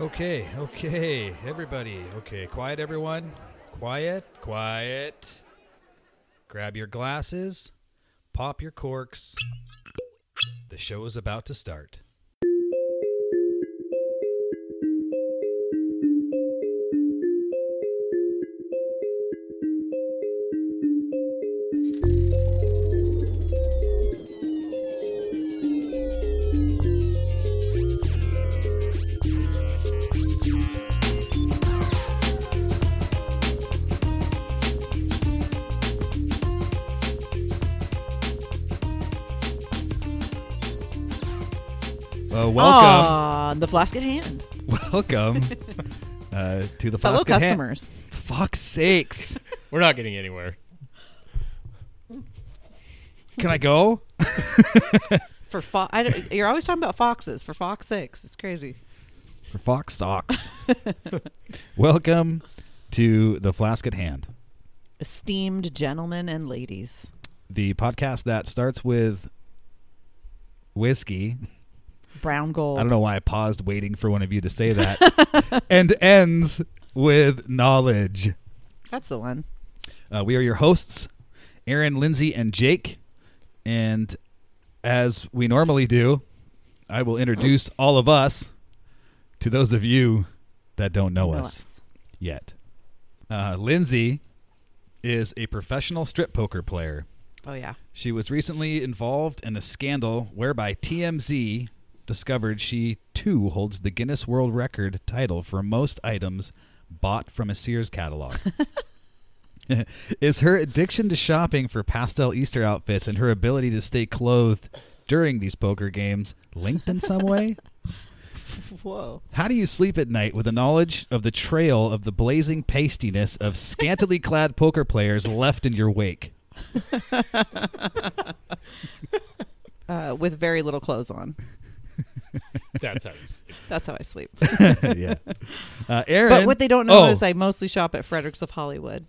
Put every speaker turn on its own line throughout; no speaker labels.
Okay, okay, everybody. Okay, quiet, everyone. Quiet, quiet. Grab your glasses, pop your corks. The show is about to start. Uh, welcome,
On the flask at hand.
welcome uh, to the
Fellow
Flask at Hand.
customers.
Fuck's sakes!
We're not getting anywhere.
Can I go?
For fo- I don't, you're always talking about foxes for Fox 6. It's crazy.
for Fox Socks. Welcome to The Flask at Hand,
Esteemed gentlemen and ladies.
the podcast that starts with whiskey.
Brown gold.
I don't know why I paused waiting for one of you to say that, and ends with knowledge.
That's the one.
Uh, we are your hosts, Aaron, Lindsay, and Jake. And as we normally do, I will introduce all of us to those of you that don't know,
Know
us. yet. Uh, Lindsay is a professional strip poker player.
Oh, yeah.
She was recently involved in a scandal whereby TMZ discovered she too holds the Guinness World Record title for most items bought from a Sears catalog. is her addiction to shopping for pastel Easter outfits and her ability to stay clothed during these poker games linked in some way?
Whoa.
How do you sleep at night with the knowledge of the trail of the blazing pastiness of scantily clad poker players left in your wake?
Uh, with very little clothes on.
That's how you sleep.
That's how I sleep.
yeah. Uh, Aaron.
but what they don't know
Oh,
is I mostly shop at Fredericks of Hollywood.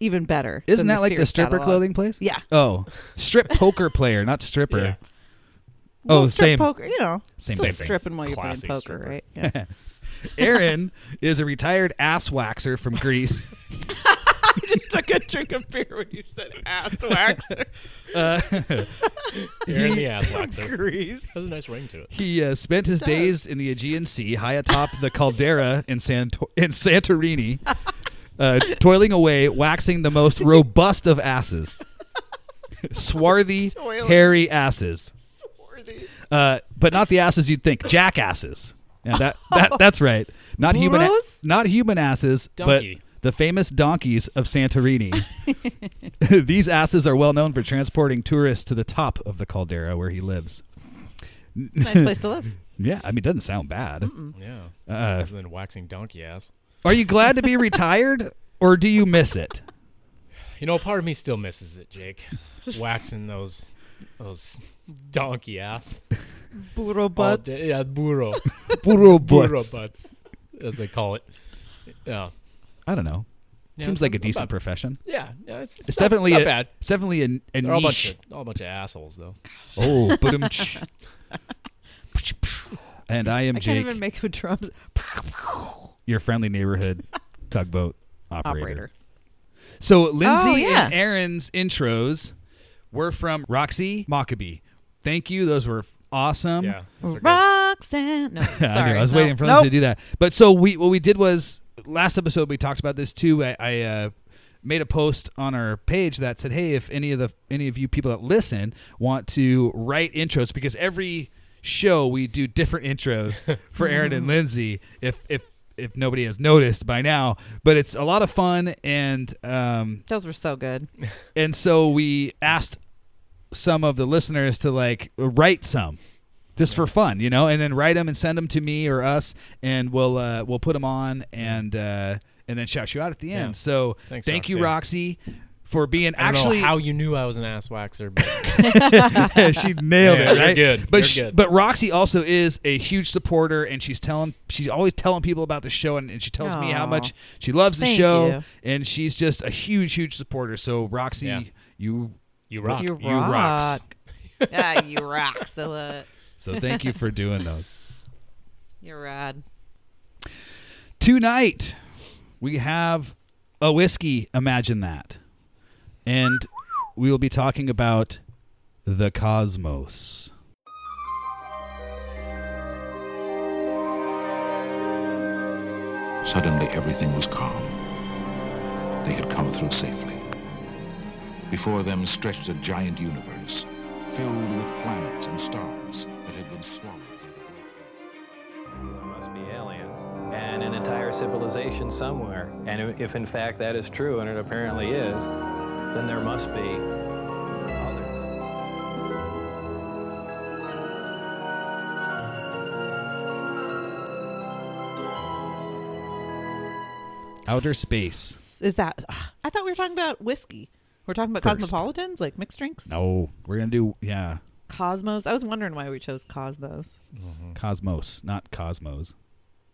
Even better.
Isn't
than
that like the
Sears
stripper
catalog.
clothing place?
Yeah.
Oh, strip poker player, not stripper. Oh,
Well, strip
same.
Poker, you know,
Same
still
thing.
stripping while you're
Classy
playing poker,
stripper.
right? Yeah.
Aaron is a retired ass waxer from Greece.
I just took a drink of beer when you said ass waxer.
Uh,
You're in the ass waxer.
Greece.
Has a nice ring to it.
He uh, spent his days in the Aegean Sea, high atop the caldera in, Santo- in Santorini, uh, toiling away, waxing the most robust of asses. Swarthy,
Toiling.
hairy asses. Uh, but not the asses you'd think, jackasses. Yeah, that, that, that's right. Not human, a-
Burros?
not human asses,
Donkey.
but the famous donkeys of Santorini. These asses are well known for transporting tourists to the top of the caldera where he lives.
nice place to live.
Yeah, I mean, it doesn't sound bad.
Yeah.
Uh,
Other than waxing donkey ass.
are you glad to be retired, or do you miss it?
You know, part of me still misses it, Jake. Waxing those those donkey ass.
Burro
All
butts.
day- Yeah, burro.
Burro
burro
butts.
butts, as they call it. Yeah.
I don't know.
Yeah,
Seems like a
not- not
decent
bad.
profession.
Yeah. yeah it's,
It's
not-
definitely
not
a,
bad.
It's definitely a, a
They're all a bunch
niche.
of all a bunch of assholes though.
Oh, boom. and I am
I can't
Jake,
even make a drum
your friendly neighborhood tugboat operator.
operator.
So Lindsay
Oh, yeah.
and Aaron's intros were from Roxy Mockabee. Thank you. Those were awesome.
yeah. those are good.
Roxanne. No, sorry.
Yeah, I, knew. I was
No.
waiting for them
nope.
to do that. But so we what we did was last episode we talked about this too. I, I uh, made a post on our page that said, "Hey, if any of the any of you people that listen want to write intros, because every show we do different intros for Aaron and Lindsay. If if if nobody has noticed by now, but it's a lot of fun and um,
Those were so good.
and so we asked some of the listeners to like write some just for fun you know and then write them and send them to me or us and we'll uh we'll put them on and uh and then shout you out at the end
Yeah.
so
Thanks,
thank you roxy for being
I don't
actually
know how you knew I was an ass waxer, but
she nailed
Yeah,
it
you're
right
good.
but
You're
sh-
good.
but roxy also is a huge supporter and she's telling she's always telling people about the show and, and she tells me how
Aw.
much she loves the
Thank
show
you.
and she's just a huge huge supporter so roxy
Yeah.
you
you rock.
You
You
rock.
rocks.
yeah, you rock. So, uh,
so thank you for doing those
you're rad.
Tonight, we have a whiskey. Imagine that. And we will be talking about the cosmos.
Suddenly, everything was calm. They had come through safely. Before them stretched a giant universe filled with planets and stars that had been swallowed.
So there must be aliens and an entire civilization somewhere. And i- if in fact that is true, and it apparently is, then there must be others.
Outer space.
Is that? I thought we were talking about whiskey. We're talking about
First.
cosmopolitans, like mixed drinks.
No, we're going to do, yeah,
Cosmos. I was wondering why we chose Cosmos.
Hmm.
cosmos, not cosmos.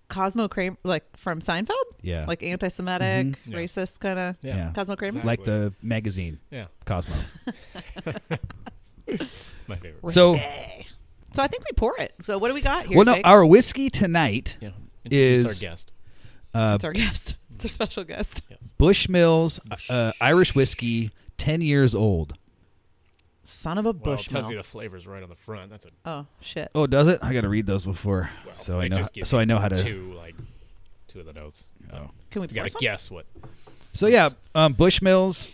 Cosmo Kramer, like from Seinfeld,
Yeah.
like anti-Semitic,
Mhm.
Yeah.
racist kind of.
Yeah.
Yeah.
Cosmo Kramer.
like the magazine,
Yeah.
Cosmo.
It's my favorite.
So-
Risque. so I think we pour it. So what do we got here?
well, no,
Jake?
our whiskey tonight,
Yeah. Introduce
Is-
our guest.
uh,
it's our guest. It's our special guest.
Yes.
Bushmills uh, Irish whiskey, 10 years old.
Son of a
Well, it
bushman.
tells you the flavors right on the front. That's a
oh shit.
Oh, does it? I got to read those before.
well,
so I
they
know
just give
so
you
I know how to
two like two of the notes.
Oh.
Can we
You
pour
gotta
some?
guess what.
So yeah, um, Bushmills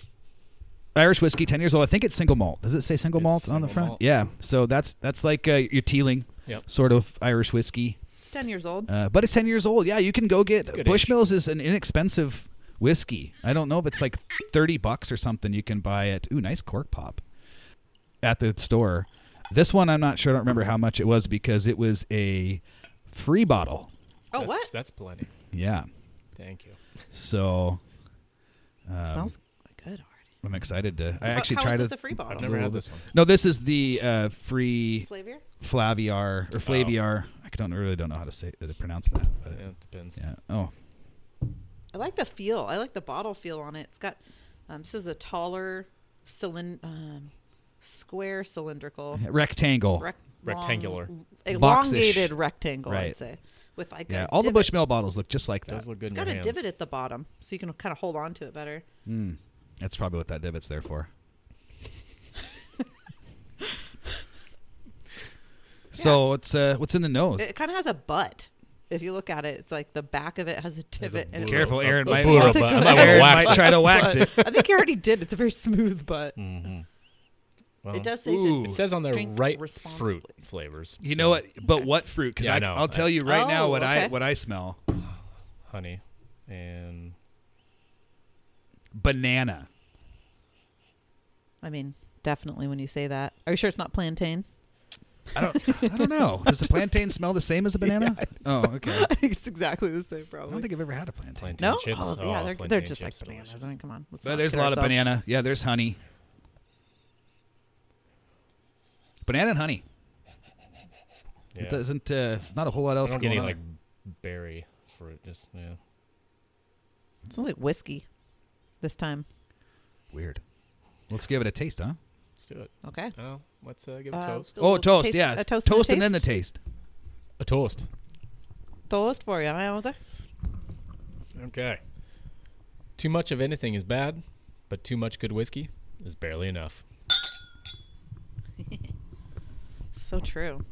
Irish whiskey, ten years old. I think it's single malt. Does it say single
It's
malt on the
single
front?
malt.
Yeah. So that's that's like uh, your Teeling
Yep.
sort of Irish whiskey,
It's ten years old.
uh, but it's ten years old. Yeah, you can go get
good
Bushmills is an inexpensive whiskey. I don't know if it's like thirty bucks or something. You can buy it. Ooh, nice cork pop at the store. This one I'm not sure. I don't remember how much it was because it was a free bottle.
oh
that's,
what?
That's plenty.
Yeah.
Thank you.
So
It smells good already.
I'm excited to. um, I
How-
actually
how is
tried
this
to-
a free bottle?
I've never
little
had
bit.
this one.
No, this is the uh, free
Flavor?
Flaviar
Oh.
or Flaviar. I don't really don't know how to say uh, to pronounce that. But
Yeah, it depends.
yeah. Oh,
I like the feel. I like the bottle feel on it. It's got um, this is a taller cylind- um, square cylindrical
rectangle.
rec-
Rectangular.
long-
Boxish.
elongated rectangle,
Right.
I'd say. With like
yeah.
a
All the
divot.
Bushmill bottles look just like that.
Those look good
It's
in
got
your
a
hands.
divot at the bottom, so you can kind of hold on to it better.
That's probably what that divot's there for. So what's uh, what's in the nose?
It kind of has a butt. If you look at it, it's like the back of it has a
Has a
divot. and it-
bur-
Careful,
a-
Aaron
a
might-
bur-
That's a
but I
good
might
idea.
Aaron
wax
might
it.
try to wax it.
I think you already did. It's a very smooth butt.
Mm-hmm. Well,
It does say
Ooh.
to
It says on there
Drink
right
responsibly.
fruit flavors.
You know what? But what fruit? Because
Yeah, I
I,
know.
I'll tell you right now
Oh,
what I
okay.
what I smell:
Honey and
banana.
I mean, definitely when you say that. Are you sure it's not plantain?
I don't. I don't know. Does the plantain smell the same as a banana? oh, okay.
I think it's exactly the same
I
problem.
don't think I've ever had a plantain.
plantain
no?
chips.
Oh, yeah, they're, they're
plantain
just like
chips are
bananas.
delicious.
I mean, come on. let's
But
not
there's a
kid
lot of
ourselves.
banana. Yeah, there's honey. Banana and honey.
Yeah.
It doesn't. Uh, not a whole lot
I
else
don't
going
get any
on.
like berry fruit. Just yeah.
It smells like whiskey this time.
Weird. Let's give it a taste, huh?
Let's do it.
Okay.
Well, let's uh, give a
Uh,
toast.
still a
Oh,
little
toast.
taste-
yeah,
a toast,
toast
and,
and
a
then the taste.
A toast.
Toast for you. I was like,
Okay. Too much of anything is bad, but too much good whiskey is barely enough.
so true.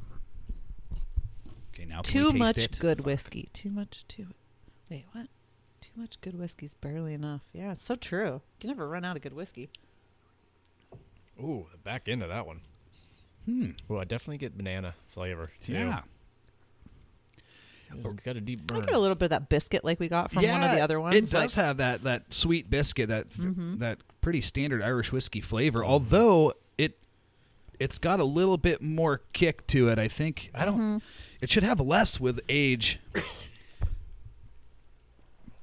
Okay, now can we
Too
taste
much
it?
good whiskey. Too much. Too. Wait, what? Too much good whiskey's barely enough. Yeah, it's so true. You can never run out of good whiskey.
Ooh, back into that one.
Hmm.
Well, I definitely get banana flavor. too.
Yeah.
It's got a deep
I
burn.
get a little bit of that biscuit like we got from one of the
Yeah,
other ones.
It does
like- Mm-hmm.
have that that sweet biscuit, that that pretty standard Irish whiskey flavor. Although it it's got a little bit more kick to it. I think I don't.
Mm-hmm.
It should have less with age.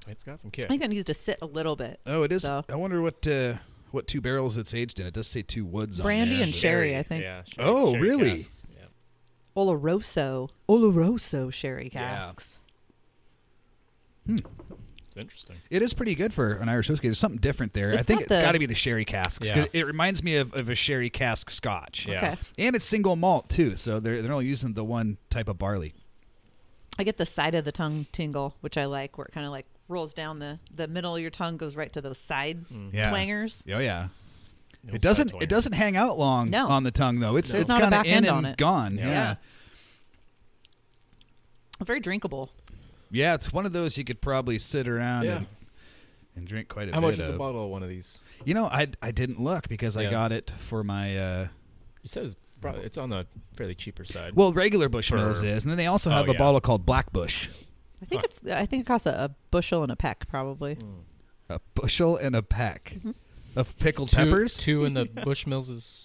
It's got some
I
kick.
think that needs to sit a little bit.
Oh, it is.
So-
I wonder what uh, what two barrels it's aged in. It does say two woods
Brandy
on there.
and
but-
sherry, I think.
Yeah,
Oh, really?
casks, Yeah.
Oloroso, Oloroso sherry
Yeah.
casks.
It's interesting.
It is pretty good for an Irish whiskey. There's something different there. I
It's
think
not
it's
the-
got to be the sherry casks. 'cause
Yeah.
It reminds me of, of a sherry cask Scotch.
Yeah.
Okay.
And it's single malt too, so they're they're only using the one type of barley.
I get the side of the tongue tingle, which I like, where it kind of like rolls down the the middle of your tongue, goes right to those side
Yeah.
twangers.
Oh yeah.
No
It doesn't.
side
It
twang.
doesn't hang out long
No.
on the tongue though. It's
There's
it's
not a
kind of
back
in
end
and
on it.
gone.
Yeah.
yeah.
Very drinkable.
Yeah, it's one of those you could probably sit around
Yeah.
and, and drink quite a
How
bit
much is
of.
a bottle of one of these?
You know, I I didn't look because I
Yeah.
got it for my uh,
You said it's probably it's on the fairly cheaper side.
well regular Bushmills
For-
is, and then they also
Oh,
have a
yeah.
bottle called Black Bush,
I think
Huh.
it's. I think it costs a, a bushel and a peck, probably.
a bushel and a peck
Mm-hmm.
of pickled
two,
peppers.
two in the Bushmills is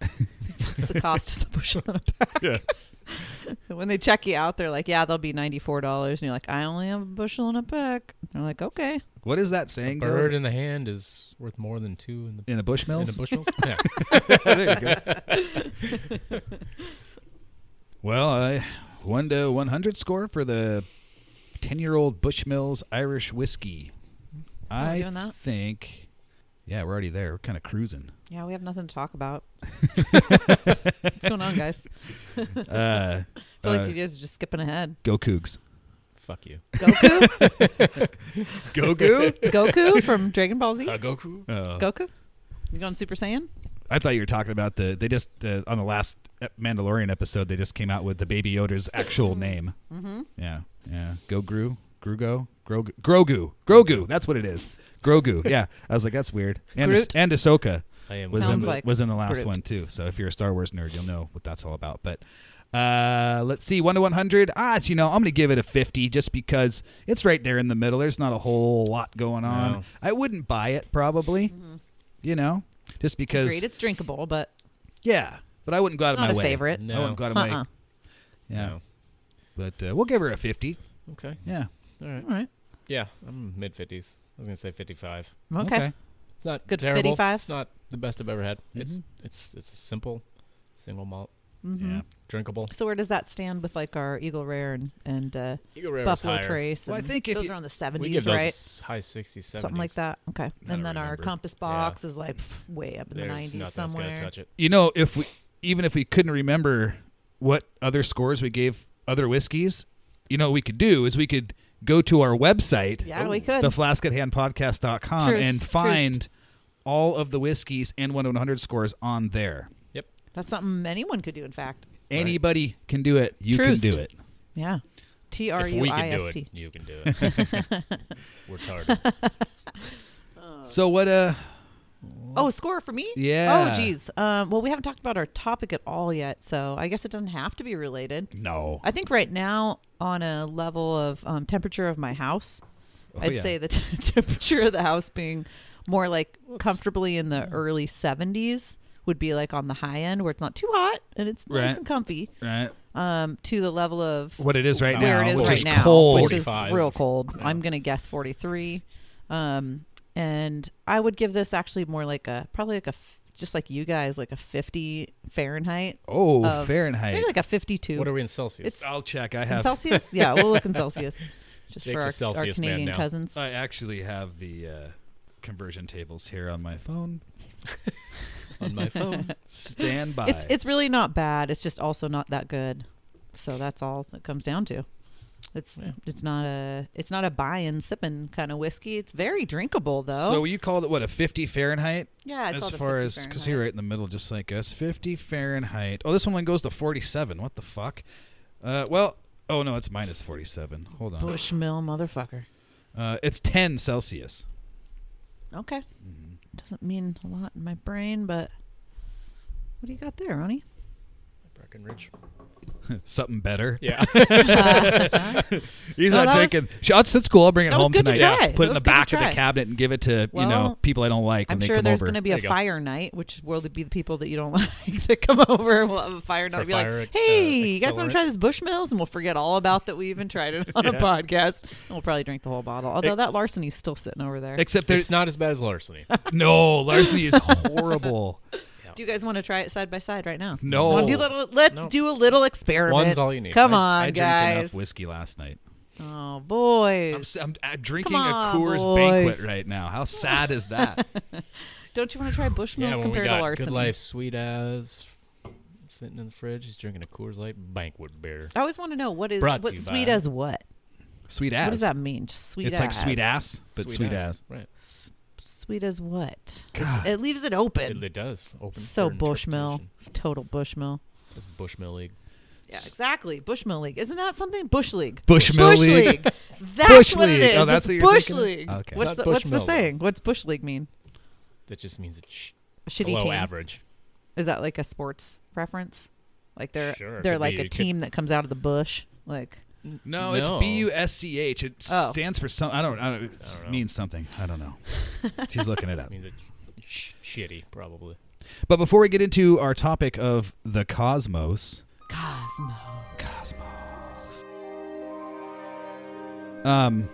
That's the cost of a bushel and a peck. when they check you out, they're like, "Yeah, they'll be ninety four dollars," and you're like, "I only have a bushel and a peck." And they're like, "Okay."
What is that saying? though?
bird in the hand is worth more than two in the
in a
in
Bushmills.
the Bushmills. yeah.
there you go. well, I one to one hundred score for the ten-year-old Bushmills Irish whiskey.
Are we
I
doing that?
think, yeah, we're already there. We're kind of cruising.
Yeah, we have nothing to talk about. What's going on, guys?
Uh,
I feel
uh,
like you guys are just skipping ahead.
go Cougs.
Fuck you.
Goku,
Go Goo.
Goku from Dragon Ball Z.
Goku.
Goku, you going Super Saiyan?
I thought you were talking about the. They just uh, on the last Mandalorian episode, they just came out with the Baby Yoda's actual name. Mm-hmm. Yeah, yeah. Go Gru, Grugo, Grogu, Grogu, Grogu. That's what it is. Grogu. Yeah, I was like, that's weird. And
Groot.
and Ahsoka
I am
was in
Sounds
the,
like
was in the last
Groot.
one too. So if you're a Star Wars nerd, you'll know what that's all about. But uh, let's see, one to one hundred. Ah, you know, I'm gonna give it a fifty just because it's right there in the middle. There's not a whole lot going on.
No.
I wouldn't buy it probably.
Mm-hmm.
You know, just because.
Great, it's drinkable, but
Yeah, but I wouldn't go out of
not
my
a
way.
favorite.
I wouldn't go out of my.
Uh-uh.
Yeah,
No.
but uh, we'll give her a fifty.
Okay.
Yeah.
All right.
All right.
Yeah, I'm mid fifties. I was gonna say fifty-five.
Okay.
It's not
Good Mm-hmm.
terrible.
55.
It's not the best I've ever had. It's it's it's a simple, single malt,
Mm-hmm. Yeah.
drinkable.
Mm-hmm. So where does that stand with like our Eagle Rare and and uh,
Eagle Rare
Buffalo
is higher.
Trace?
Well, I
and
think if
those
you-
are on the
we give
seventies,
those
right?
s- high 60s, 70s.
Something like that. Okay. And then our
remembered.
Compass box is like pff, way up in
There's
the nineties
nothing that's gonna
somewhere.
touch it.
You know, if we even if we couldn't remember what other scores we gave other whiskeys, you know, what we could do is we could go to our website,
Yeah, we could.
the flask at handpodcast.com,
Truth.
and
Truth.
find all of the whiskeys and one to one hundred scores on there.
That's something anyone could do. In fact,
Anybody can do it. You can
Truth.
do it.
yeah. T
If
R U
we
I
can do
S
it,
T.
you can do it. We're retarded.
So what? Uh,
Oh, score for me?
Yeah.
Oh, geez. Um, well, we haven't talked about our topic at all yet, so I guess it doesn't have to be related.
no.
I think right now, on a level of um, temperature of my house,
Oh,
I'd
yeah.
say the t- temperature of the house being more like comfortably in the early 70s would be like on the high end where it's not too hot and it's
Right.
nice and comfy
right.
um, to the level of
What it is right
Where
now,
where it is
which
right
is
now,
cold.
which is
45.
real cold. I'm gonna guess 43. Um, and I would give this actually more like a probably like a f- just like you guys like a 50 Fahrenheit.
Oh,
of-
Fahrenheit.
Maybe like a 52.
what are we in Celsius?
It's-
I'll check. I
in
have.
Celsius? yeah, we'll look in Celsius. Just
Jake's a
for our, our
Celsius man
Canadian
now.
cousins.
I actually have the uh, conversion tables here on my phone.
on my phone.
Stand by.
It's it's really not bad. It's just also not that good. So that's all it comes down to. It's
Yeah.
it's not a it's not a buy and sipping kind of whiskey. It's very drinkable though.
so you called it what a 50 Fahrenheit?
yeah, I'd
as
call it a
far
50
as because you're
Fahrenheit.
right in the middle, just like us. 50 Fahrenheit. Oh, this one goes to 47. What the fuck? Uh, well, oh no, it's minus 47. Hold on.
Bushmill motherfucker.
Uh, it's 10 Celsius.
Okay.
Mm-hmm.
Doesn't mean a lot in my brain, but what do you got there, Ronnie?
Breckenridge.
Something better.
Yeah.
He's
Oh,
not
that was-
drinking. Shots. That's cool. I'll bring it
that was
home
good to
tonight. Put
try.
it
That
in
was
the
good to
back of the
try.
cabinet and give it to you know
Well,
people I don't like when
I'm
they
sure
come
there's
over.
going to be a
There you go.
fire night, which will be the people that you don't like that come over. We'll have a fire night.
For
and be
fire,
like,
uh,
hey, you guys want
accelerant.
to try this Bushmills? And we'll forget all about that we even tried it on a podcast. And we'll probably drink the whole bottle. Although that larceny's still sitting over there.
Except there's
it's not as bad as larceny.
No, larceny is horrible.
do you guys want to try it side by side right now?
No.
Wanna do a little, let's
No.
do a little experiment.
One's all you need.
Come
I-
on,
I
guys.
drank enough whiskey last night.
Oh,
I'm,
boys.
s- I'm, I'm drinking
Come
a
on,
Coors
boys.
Banquet right now. How sad is that?
Don't you want to try Bushmills
yeah, when we
compared to
got
larceny?
good life, sweet as sitting in the fridge. He's drinking a Coors Light banquet beer.
I always want to know what is
Brought to
what
you
sweet
by-
as what?
Sweet ass.
What does that mean? Just sweet
it's
ass.
like sweet ass, but sweet, ass.
Right.
Sweet as what? It's-
God.
It leaves it
Ah. It,
open.
it does. Open
so
for
Bushmill.
interpretation.
It's Total Bushmill.
That's Bushmill League.
Yeah, exactly. Bushmill League. Isn't that something? Bush League.
Bushmill
Bush
League.
League. That's
Bush
what it
League.
is.
Oh, that's
It's
what you're
Bush
thinking of?
League.
Okay.
What's
Not
the, what's the
Bushmill, though.
saying? What's Bush League mean?
That just means it's sh-
A shitty
below
team.
average.
Is that like a sports reference? Like they're
Sure,
they're
could
like
be.
a
It could-
team that comes out of the bush. Like
No, it's
No.
B U S C H. It
Oh.
stands for some. I don't. I don't. It
don't know.
means something. I don't know. She's looking it
It
up.
means it's sh- shitty, probably.
But before we get into our topic of the cosmos,
Cosmo.
cosmos. Um.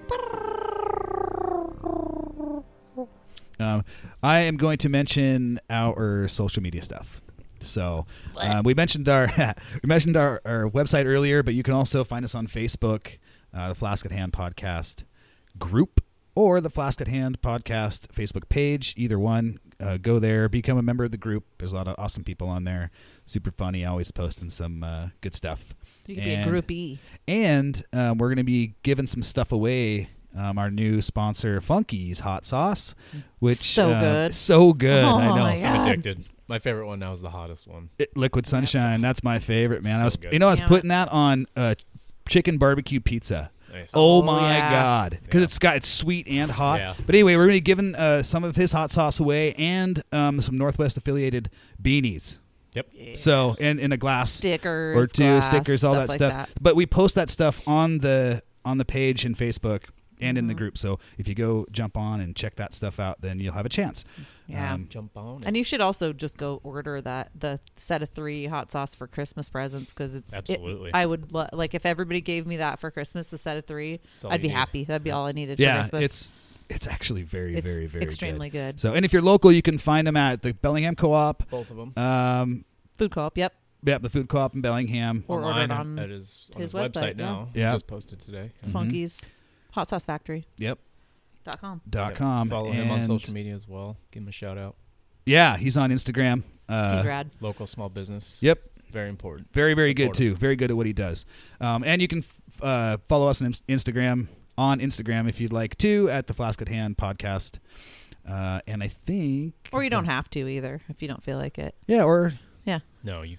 um, I am going to mention our social media stuff. So um, we mentioned our we mentioned our, our website earlier, but you can also find us on Facebook, uh, the Flask at Hand podcast group, or the Flask at Hand podcast Facebook page. Either one, uh, go there, become a member of the group. There's a lot of awesome people on there, super funny, always posting some uh, good stuff.
You could
And-
be a E. groupie.
and um, we're going to be giving some stuff away. Um, our new sponsor, Funky's Hot Sauce, which
So
uh,
good.
so good. I
Oh
know.
my
I'm
God.
addicted. My favorite one now is the hottest one.
It- Liquid Sunshine, that's my favorite, man. I
So
was,
good.
you know, I was
Damn
putting that on uh, chicken barbecue pizza.
Nice.
Oh,
Oh,
my
yeah.
god! Because
Yeah.
it's got it's sweet and hot.
Yeah.
But anyway, we're going to be giving uh, some of his hot sauce away and um, some Northwest affiliated beanies.
Yep.
So and in a glass
stickers
or two
glass,
stickers, all that
like
stuff. But we post that stuff on the on the page in Facebook and in the
Mhm.
group. So if you go jump on and check that stuff out, then you'll have a chance.
Yeah.
Um,
Jump on.
and you should also just go order that the set of three hot sauce for Christmas presents because it's it-
Absolutely.
I would lo- like if everybody gave me that for Christmas, the set of three.
That's all
I'd
you
be
need.
happy. That'd be all I needed. for
yeah,
Christmas.
it's it's actually very
It's
very very
extremely good.
Good. So and if you're local, you can find them at the Bellingham Co-op.
both of them.
Um,
Food co-op. Yep.
yeah, the food co-op in Bellingham.
Or
Online
ordered on
at his, on
his
his,
website,
website,
yeah.
now.
Yeah.
Just posted today.
Mhm.
Funkies Hot Sauce Factory.
Yep.
Dot com.
Dot
Yep.
com.
Follow him on
And-
social media as well. Give him a shout out.
Yeah, he's on Instagram. Uh,
He's rad.
Local small business.
Yep.
Very important.
Very, very good
Supportive.
too. Very good at what he does. Um, and you can f- uh, follow us on Ins- Instagram on Instagram if you'd like to at the Flask at Hand podcast. Uh, and I think,
Or you don't have to either if you don't feel like it.
yeah, or
No, you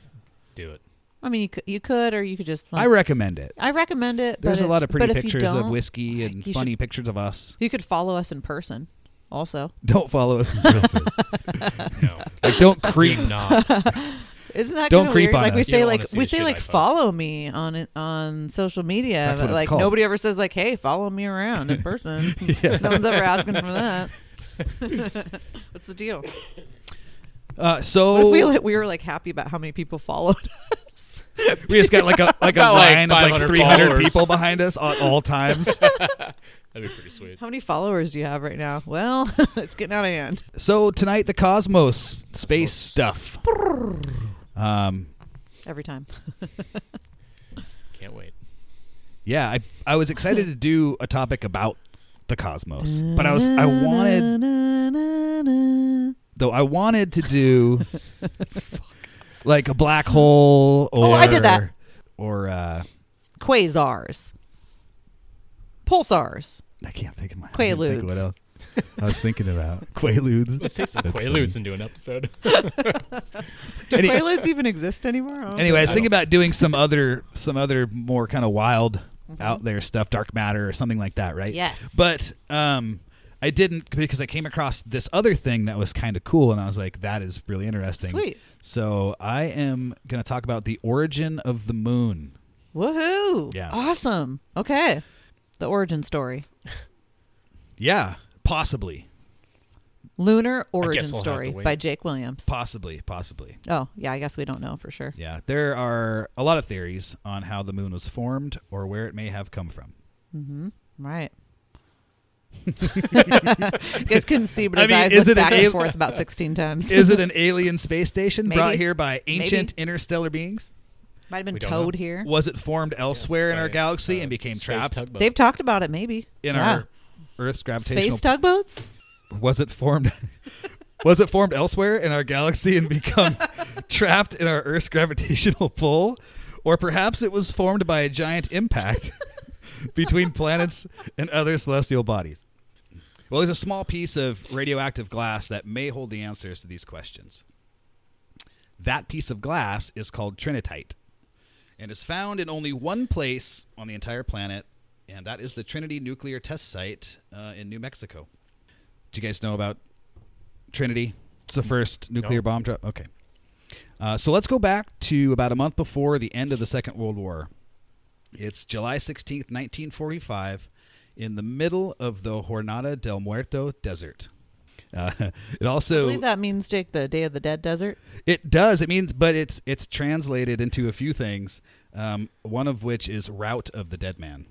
do it.
I mean, you could, you could, or you could just. Like,
I recommend it.
I recommend it.
There's
but
a
it-
lot of pretty
but if you
pictures of
don't,
whiskey and
you should-
funny pictures of us.
You could follow us in person, also.
Don't follow us. in person.
No.
like, don't creep.
Do not.
Isn't that
Don't
kinda
creep
weird?
on
like we
us.
You don't
say,
wanna
like
see
we
the
say,
shit I
like
post.
follow me on it on social media.
That's
but
what it's
like
called.
nobody ever says like, hey, follow me around in person.
Yeah.
no one's ever asking for that. What's the deal?
Uh,
What
so
if
we,
we like, we were like happy about how many people followed us?
just got like a like a
Got, like,
line of like
500
300
followers.
people behind us at all times.
That'd be pretty sweet.
How many followers do you have right now? Well, it's getting out of hand.
so tonight, the cosmos space
Cosmos.
stuff. Um,
Every time.
Can't wait.
Yeah, I I was excited to do a topic about the cosmos, but I was I wanted
Uh,
though I wanted to do like a black hole or
Oh, I did that.
or uh
Quasars. Pulsars.
I can't think of my I can't think of
Quaaludes.
what else I was thinking about quaaludes.
Let's take some
That's funny.
Quaaludes and do an episode.
Do
Any-
Quaaludes even exist anymore? Oh. I don't
Anyway, I was
think-
thinking about doing some other some other more kind of wild out there stuff, dark matter or something like that, right?
Mm-hmm. Yes.
But um, I didn't because I came across this other thing that was kind of cool, and I was like, that is really interesting.
Sweet.
So I am going to talk about the origin of the moon.
Woohoo.
Yeah.
Awesome. Okay. The origin story.
Yeah, possibly,
Lunar Origin
we'll have
Story
to wait.
by Jake Williams.
possibly, possibly.
oh, yeah, I guess we don't know for sure.
Yeah, there are a lot of theories on how the moon was formed or where it may have come from.
Right. you guys couldn't see, but
I
his
mean,
eyes
is
looked
it an
back and
al-
forth about 16 times.
Is it an alien space station
Maybe.
brought here by ancient
Maybe.
interstellar beings?
Might have been
We don't know.
Toad here.
Was it formed elsewhere in our
By,
galaxy
uh,
and became
space
trapped
tugboat.
They've talked about it, maybe.
in
Yeah.
our Earth's gravitational
space tugboats.
was it formed Was it formed elsewhere in our galaxy and become trapped in our Earth's gravitational pull? Or perhaps it was formed by a giant impact between planets and other celestial bodies? Well, there's a small piece of radioactive glass that may hold the answers to these questions. That piece of glass is called trinitite and is found in only one place on the entire planet, and that is the Trinity Nuclear Test Site uh, in New Mexico. Do you guys know about Trinity? It's the first nuclear
No.
bomb drop. Okay. Uh, so let's go back to about a month before the end of the Second World War. It's July 16th, 1945, in the middle of the Jornada del Muerto Desert. Uh, it
I
also
believe that means Jake, the Day of the Dead Desert.
it does. It means, but it's it's translated into a few things. Um, one of which is route of the dead man.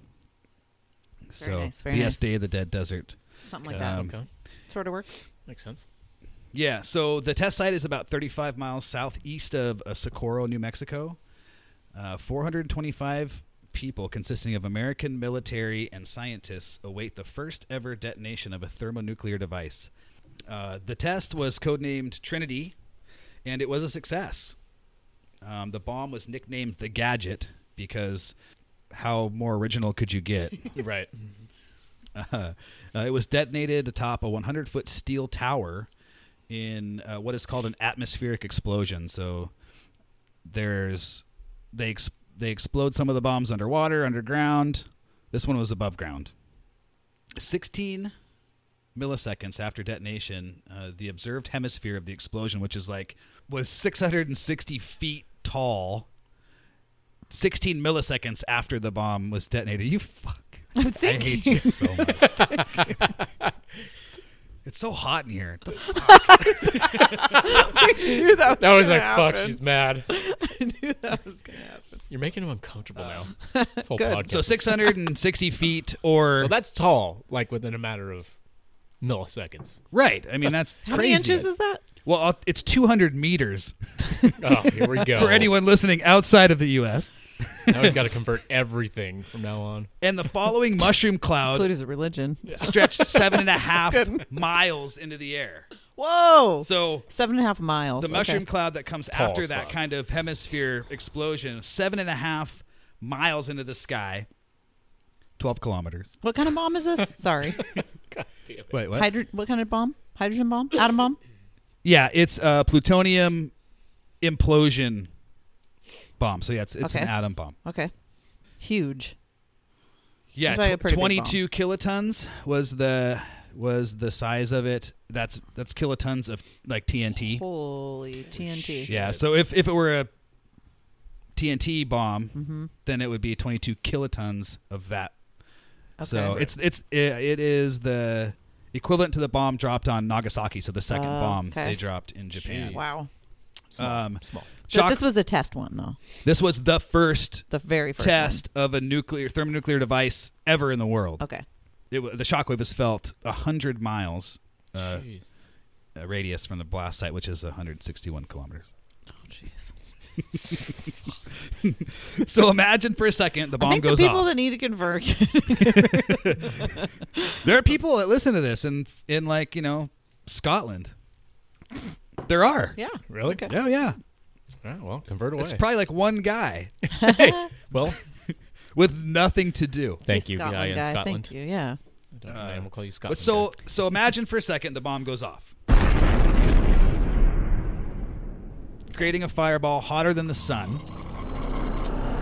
Very
so
nice, very
BS
nice.
Day of the Dead Desert.
Something like that.
Um,
okay,
sort of works.
makes sense.
Yeah. So the test site is about 35 miles southeast of uh, Socorro, New Mexico. Uh, 425 people, consisting of American military and scientists, await the first ever detonation of a thermonuclear device. Uh, the test was codenamed Trinity, and it was a success. Um, the bomb was nicknamed the Gadget because how more original could you get?
right.
Uh, uh, it was detonated atop a 100 foot steel tower in uh, what is called an atmospheric explosion. So there's they ex- they explode some of the bombs underwater, underground. This one was above ground. 16 milliseconds after detonation, uh, the observed hemisphere of the explosion, which is like was 660 feet tall. 16 milliseconds after the bomb was detonated. You fuck. I hate you so much. it's so hot in here.
that
That was
gonna
like, fuck,
happen.
she's mad.
I knew that was gonna happen.
You're making him uncomfortable now. This whole
Uh, Good.
podcast.
So 660 feet or
So that's tall, like within a matter of milliseconds.
right. I mean that's
How
crazy. Uh,
many inches is that?
well, I'll- it's 200 meters
Oh, here we go.
for anyone listening outside of the U.S.
now he's got to convert everything from now on.
And the following mushroom
Include
cloud
his religion.
stretched seven and a half miles into the air.
Whoa.
So
Seven and a half miles.
the
Okay.
mushroom cloud that comes
Tall
after that
spot.
kind of hemisphere explosion, seven and a half miles into the sky, 12 kilometers.
What kind of bomb is this? Sorry.
Wait, what?
Hydro- what kind of bomb? Hydrogen bomb? Atom bomb?
Yeah, it's a plutonium implosion bomb. So yeah, it's, it's an
Okay.
atom bomb.
Okay. Huge.
Yeah,
It's like a
tw-
pretty big bomb.
22 kilotons was the was the size of it. That's that's kilotons of like TNT.
Holy TNT.
Yeah, so if if it were a TNT bomb,
Mm-hmm.
then it would be 22 kilotons of that. So
Okay.
it's it's it, it is the equivalent to the bomb dropped on Nagasaki, so the second
Oh,
bomb
okay.
they dropped in Japan.
Jeez.
Wow.
Um,
Small.
But
shock-
this was a test one though.
this was the first
The very first
test of a nuclear thermonuclear device ever in the world.
One. Okay.
It wa the shockwave was felt 100 miles uh,
Jeez.
uh, radius from the blast site, which is 161 kilometers.
Oh jeez.
So imagine for a second the
I
bomb
think the
goes
people
off.
that need to convert.
there are people that listen to this in in like you know Scotland. There are.
yeah.
Really?
Okay.
Oh yeah.
All right, well, convert away.
It's probably like one guy
well,
with nothing to do.
thank
Hey,
you, guy
Scotland
in Scotland.
Thank you. Yeah.
I don't know, man, we'll call you Scotland.
Uh, But so
guy.
so imagine for a second the bomb goes off. Creating a fireball hotter than the sun.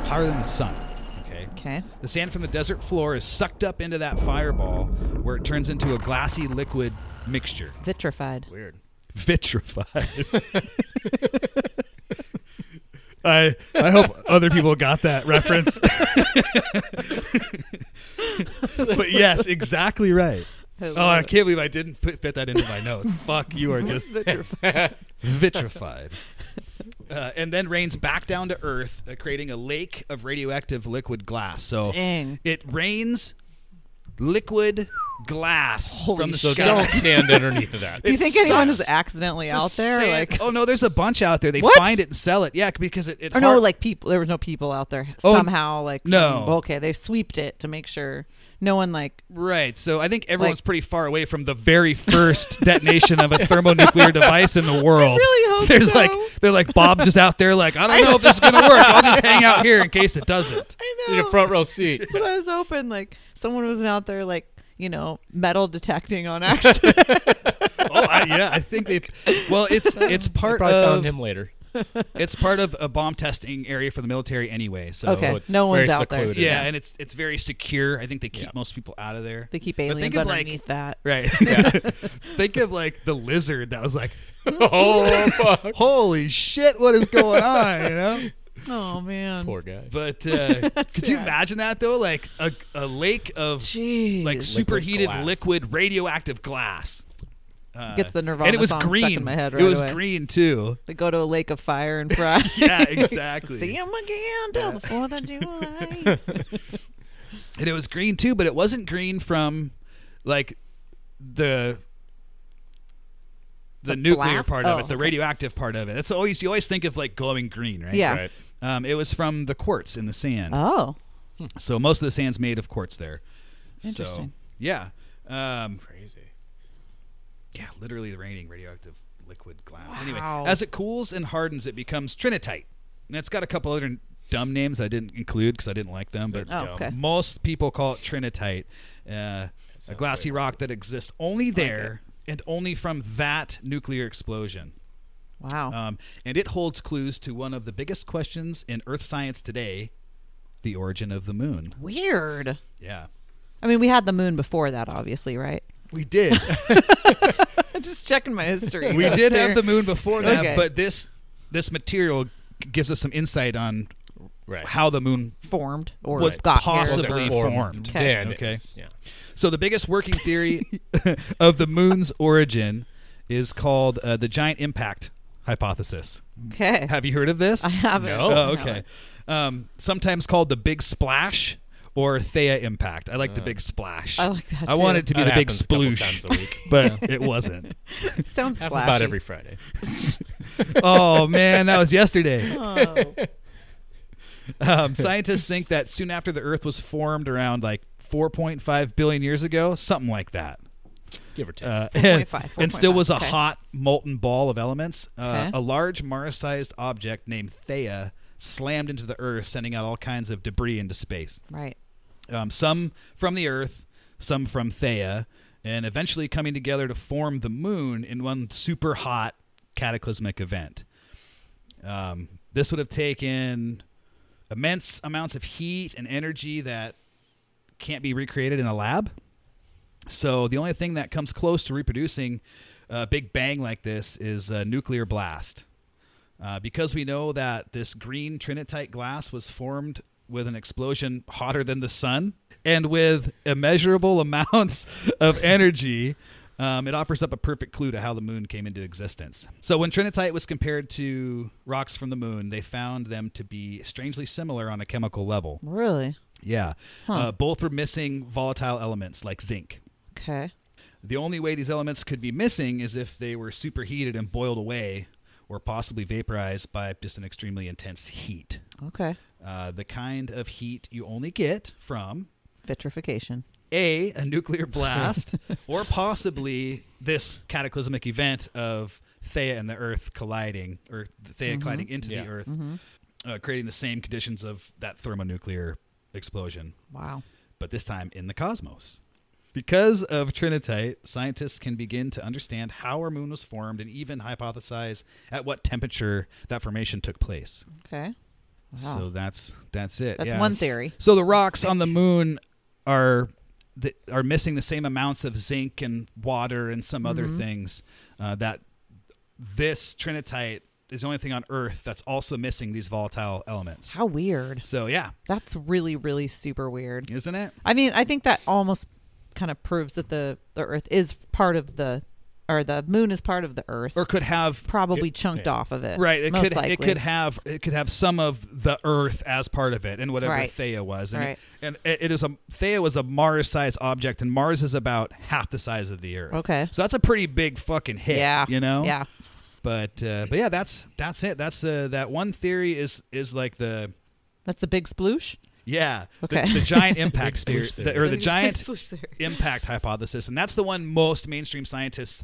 Hotter than the sun. Okay.
Okay.
The sand from the desert floor is sucked up into that fireball where it turns into a glassy liquid mixture.
Vitrified.
weird.
Vitrified. I I hope other people got that reference. but yes, exactly right. Oh, I can't believe I didn't put, fit that into my notes. Fuck, you are just vitrified. Uh, and then rains back down to Earth, uh, creating a lake of radioactive liquid glass. So
Dang.
it rains liquid glass
Holy
from the
So
sky.
don't stand underneath of that.
Do you
It
think anyone
sucks.
is accidentally
The
out there?
sand-
Like,
oh no, there's a bunch out there. They
What?
find it and sell it. Yeah, c- because it. it
or no,
har-
like people. There was no people out there
Oh,
somehow. Like,
no.
some- okay, they sweeped it to make sure no one like.
right. So I think everyone's
like-
pretty far away from the very first detonation of a thermonuclear device in the world.
really hope
there's
so.
like they're like Bob's just out there like I don't know if this is gonna work. I'll just hang out here in case it doesn't.
I
Need a front row seat.
That's what I was hoping. Like someone wasn't out there, like you know, metal detecting on accident.
Oh I, yeah, I think they. Well, it's it's
I
part
probably found
of
him later.
it's part of a bomb testing area for the military anyway. So
Okay.
so it's
no
very
one's out there.
secluded.
yeah, and it's it's very secure. I think they keep
Yeah.
most people out of there.
they keep
But
aliens
think of, like-
underneath that.
Right. Think of like the lizard that was like,
oh fuck!
"Holy shit, what is going on?" You know.
Oh man.
Poor guy.
But uh, could you
sad.
imagine that though? Like a, a lake of
Jeez.
like superheated
glass.
liquid radioactive glass. Uh,
Gets the Nirvana
and it was
song stuck
green.
in my head
it
right
was
away.
green too.
they go to a lake of fire and fry.
Yeah, exactly.
See him again till the Fourth of July.
and it was green too, but it wasn't green from like the the,
The
nuclear
blast?
part
Oh,
of it, the
okay.
radioactive part of it. That's always you always think of like glowing green, right?
Yeah.
Right.
Um, it was from the quartz in the sand.
oh,
So most of the sand's made of quartz there. So,
Interesting.
yeah. Um,
Crazy.
yeah, literally the raining radioactive liquid glass.
Wow.
Anyway, as it cools and hardens, it becomes trinitite. And it's got a couple other dumb names I didn't include because I didn't like them, but
oh
Dumb.
okay.
most people call it trinitite, uh, a
sounds
glassy
way
rock that exists only there and only from that nuclear explosion.
Wow.
Um, and it holds clues to one of the biggest questions in Earth science today the origin of the moon.
Weird.
Yeah.
I mean, we had the moon before that, obviously, right?
We did.
Just checking my history.
we did have the moon before that,
Okay.
but this this material gives us some insight on
Right.
how the moon
formed or
was
got
possibly
Well,
here.
they're
formed.
Okay.
Then
Okay.
it's- Yeah.
So the biggest working theory of the moon's origin is called uh, the giant impact hypothesis.
Okay.
Have you heard of this?
I haven't.
No.
Oh, okay. Um, sometimes called the big splash or Theia impact. I like the big splash.
I like that
I
too.
want it to be
Uh. That
the big
happens a couple times a
sploosh,
week.
but it wasn't.
Sounds
Happens
splashy.
about every Friday.
oh man, that was yesterday.
Oh.
Um, scientists think that soon after the Earth was formed, around like 4.5 billion years ago, something like that.
Give or take.
Uh,
4.5,
and still
4.5,
was a
okay.
hot molten ball of elements. Uh,
Okay.
A large Mars-sized object named Theia slammed into the Earth, sending out all kinds of debris into space.
Right.
Um, some from the Earth, some from Theia, and eventually coming together to form the Moon in one super hot cataclysmic event. Um, this would have taken immense amounts of heat and energy that can't be recreated in a lab. So the only thing that comes close to reproducing a big bang like this is a nuclear blast. Uh, because we know that this green trinitite glass was formed with an explosion hotter than the sun and with immeasurable amounts of energy, um, it offers up a perfect clue to how the moon came into existence. So, when trinitite was compared to rocks from the moon, they found them to be strangely similar on a chemical level.
Really?
Yeah.
Huh.
Uh, both were missing volatile elements like zinc.
Okay.
The only way these elements could be missing is if they were superheated and boiled away or possibly vaporized by just an extremely intense heat.
Okay.
Uh, the kind of heat you only get from
Vitrification.
A, a nuclear blast, or possibly this cataclysmic event of Theia and the Earth colliding, or Theia colliding into
Yeah.
the Earth, uh, creating the same conditions of that thermonuclear explosion
Wow.
but this time in the cosmos. Because of trinitite, scientists can begin to understand how our moon was formed and even hypothesize at what temperature that formation took place.
Okay. Wow.
So that's that's it.
That's
Yeah.
one theory.
So the rocks on the moon are th- are missing the same amounts of zinc and water and some other
Mm-hmm.
things uh, that this trinitite is the only thing on Earth that's also missing these volatile elements.
How weird.
so yeah,
That's really, really super weird.
isn't it?
I mean, I think that almost kind of proves that the, the Earth is part of the or the moon is part of the Earth,
or could have
probably
Yeah.
chunked off of it.
right. It
most
could
likely.
it could have it could have some of the Earth as part of it, and whatever
Right.
Theia was, and, it-
Right.
and it, it is a Theia was a Mars-sized object, and Mars is about half the size of the Earth.
Okay.
so that's a pretty big fucking hit.
yeah,
you know.
yeah,
but uh, but yeah, that's that's it. That's the that one theory is is like the
that's the big sploosh.
yeah the-
Okay.
the, giant impact
big
theory,
sploosh
the-
theory.
or the giant
sploosh theory.
impact hypothesis, and that's the one most mainstream scientists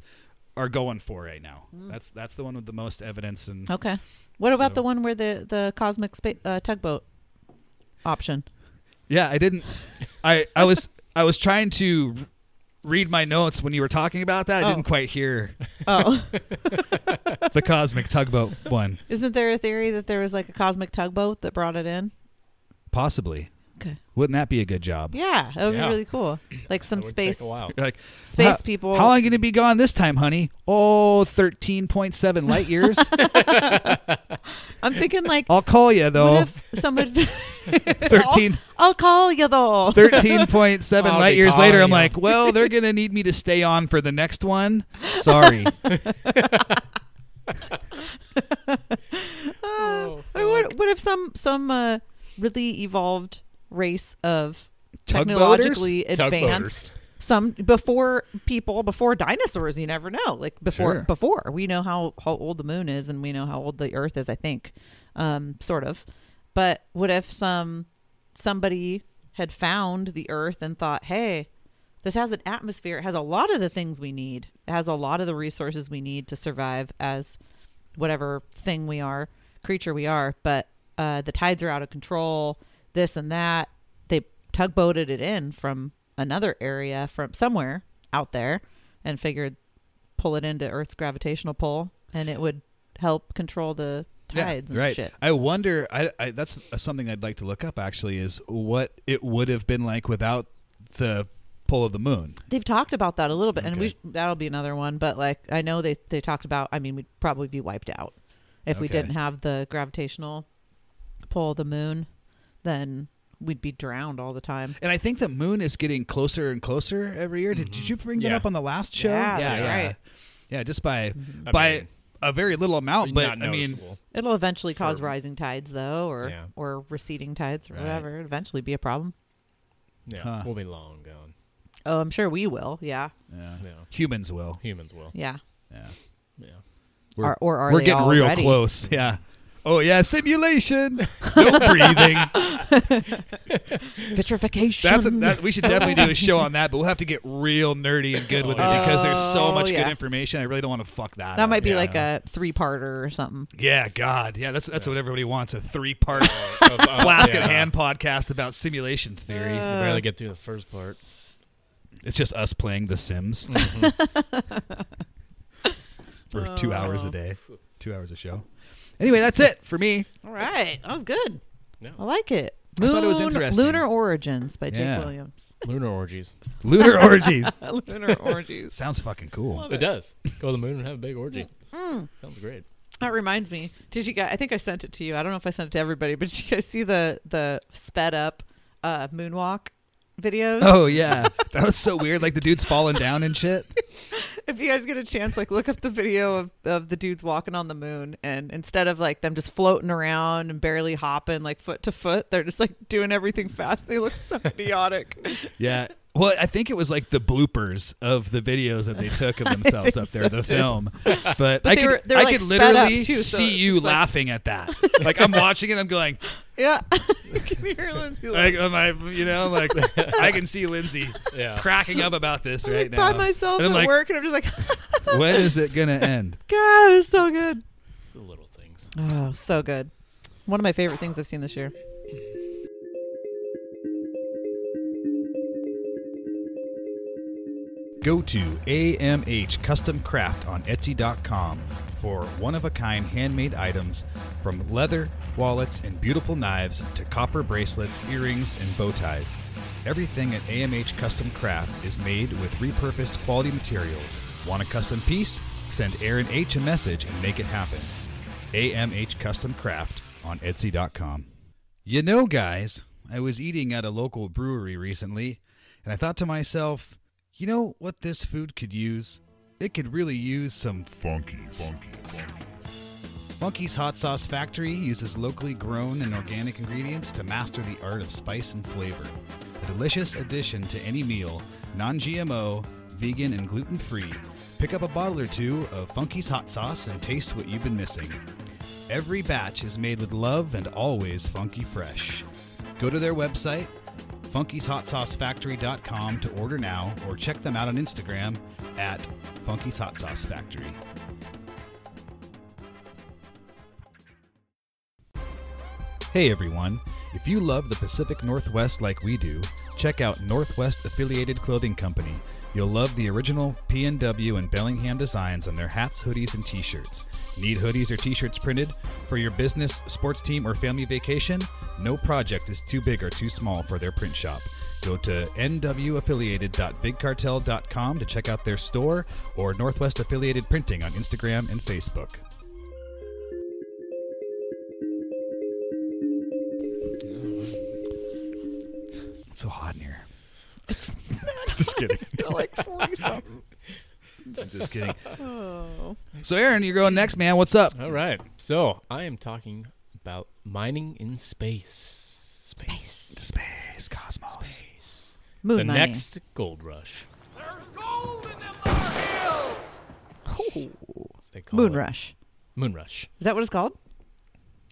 are going for right now.
Mm.
That's that's the one with the most evidence and
Okay. What about
So-
the one where the the cosmic spa- uh, tugboat option?
yeah, I didn't I I was I was trying to r- read my notes when you were talking about that. I
Oh.
didn't quite hear
Oh,
the cosmic tugboat one
isn't there a theory that there was like a cosmic tugboat that brought it in?
possibly.
Okay.
Wouldn't that be a good job?
Yeah, that would
Yeah.
be really cool. Like some
That would
space
Take a while.
You're Like
space
How-
people.
How long going to be gone this time, honey? Oh, 13.7 light years.
I'm thinking like
I'll call you though.
what if some adv-
13
I'll call you though.
13.7
I'll
light
be
years later,
calling
I'm
you.
like, well, they're going to need me to stay on for the next one. Sorry.
Oh,
Or what, what if some some uh, really evolved race of
Tugboaters?
technologically advanced some before people before dinosaurs you never know like before
Sure.
before we know how how old the moon is and we know how old the earth is i think um sort of but what if some somebody had found the earth and thought hey this has an atmosphere it has a lot of the things we need it has a lot of the resources we need to survive as whatever thing we are creature we are but uh the tides are out of control this and that they tugboated it in from another area from somewhere out there and figured pull it into earth's gravitational pull and it would help control the tides and
right.
shit
I wonder. I, I that's something I'd like to look up. Actually, is what it would have been like without the pull of the moon.
They've talked about that a little bit, and we
Okay.
sh- that'll be another one. But like, I know they they talked about. I mean, we'd probably be wiped out if we
Okay.
didn't have the gravitational pull of the moon. Then we'd be drowned all the time.
And I think the moon is getting closer and closer every year. Did, did you bring that
Mm-hmm. Yeah.
up on the last show?
Yeah, that's
yeah,
right. Mm-hmm.
yeah. Just by
I
by
mean,
a very little amount,
not
but I mean,
noticeable.
It'll eventually cause
For-
rising tides, though, or
Yeah.
or receding tides, or
Right.
whatever. It'll eventually be a problem.
yeah,
Huh.
we'll be long gone.
Oh, I'm sure we will. Yeah,
yeah.
Yeah,
humans will.
humans will.
yeah.
Yeah.
Yeah,
Uh.
We're-
or, or are
We're
they
getting real
already?
close. Yeah. Oh yeah, simulation. No breathing.
Vitrification.
That's a, that. We should definitely do a show on that, but we'll have to get real nerdy and good with it because there's so
Oh,
much good
yeah.
information. I really don't want to fuck that.
that
up.
might be
Yeah.
like a three parter or something.
Yeah, God. Yeah, that's that's what everybody wants. A three part
Of- of-
flask in
yeah.
hand podcast about simulation theory.
We barely get through the first part.
it's just us playing The Sims
Mm-hmm.
for two hours a day, two hours a show. Anyway, that's it for me.
All right, that was good.
No.
I like it.
I thought it was
Moon-
interesting.
Lunar Origins by Jake
Yeah.
Williams.
Lunar orgies.
Lunar orgies
Lunar Origins.
sounds fucking cool.
It does. Go to the moon and have a big orgy.
Mm.
Sounds great.
That reminds me. Did you guys? I think I sent it to you. I don't know if I sent it to everybody, but did you guys see the the sped up uh, moonwalk videos?
Oh yeah, that was so weird. Like the dude's falling down and shit.
If you guys get a chance, like look up the video of, of the dudes walking on the moon, and instead of like them just floating around and barely hopping like foot to foot, they're just like doing everything fast. They look so idiotic.
Yeah. Well, I think it was like the bloopers of the videos that they took of themselves up there, the film. But, I
they
could,
were- they were,
I
like,
could
sped up,
literally
too, so
see
it's
you
just like-
laughing at that. Like I'm watching it, I'm going,
yeah, you can hear Lindsay
like,
like,
am I, you know, I'm like I can see Lindsay
Yeah.
cracking up about this right now.
by myself
and I'm
at
like,
work, and I'm just like,
when is it gonna end?
God, it was so good.
It's the little things.
Oh, so good. One of my favorite things I've seen this year.
Go to AMH Custom Craft on Etsy.com for one of a kind handmade items from leather, wallets, and beautiful knives to copper bracelets, earrings, and bow ties. Everything at AMH Custom Craft is made with repurposed quality materials. Want a custom piece? Send Aaron H a message and make it happen. AMH Custom Craft on Etsy.com. You know, guys, I was eating at a local brewery recently, and I thought to myself, you know what this food could use? It could really use some
Funkies. Funkies.
Monkey's Hot Sauce Factory uses locally grown and organic ingredients to master the art of spice and flavor. A delicious addition to any meal, non GMO, vegan, and gluten free. Pick up a bottle or two of Funky's Hot Sauce and taste what you've been missing. Every batch is made with love and always funky fresh. Go to their website, funkieshotsaucefactory.com, to order now or check them out on Instagram at Funky's Hot Sauce Factory. Hey everyone! If you love the Pacific Northwest like we do, check out Northwest Affiliated Clothing Company. You'll love the original PNW and Bellingham designs on their hats, hoodies, and t shirts. Need hoodies or t shirts printed for your business, sports team, or family vacation? No project is too big or too small for their print shop. Go to nwaffiliated.bigcartel.com to check out their store or Northwest Affiliated Printing on Instagram and Facebook. It's so hot in here.
It's
Just kidding.
still like 40 something.
Just kidding.
Oh.
So, Aaron, you're going next, man. What's up?
All right. So I am talking about mining in space. Space.
Space, cosmos.
Space.
Moon
the
mining.
next gold rush. as they call
Moon
it.
rush.
Moon rush.
Is that what it's called?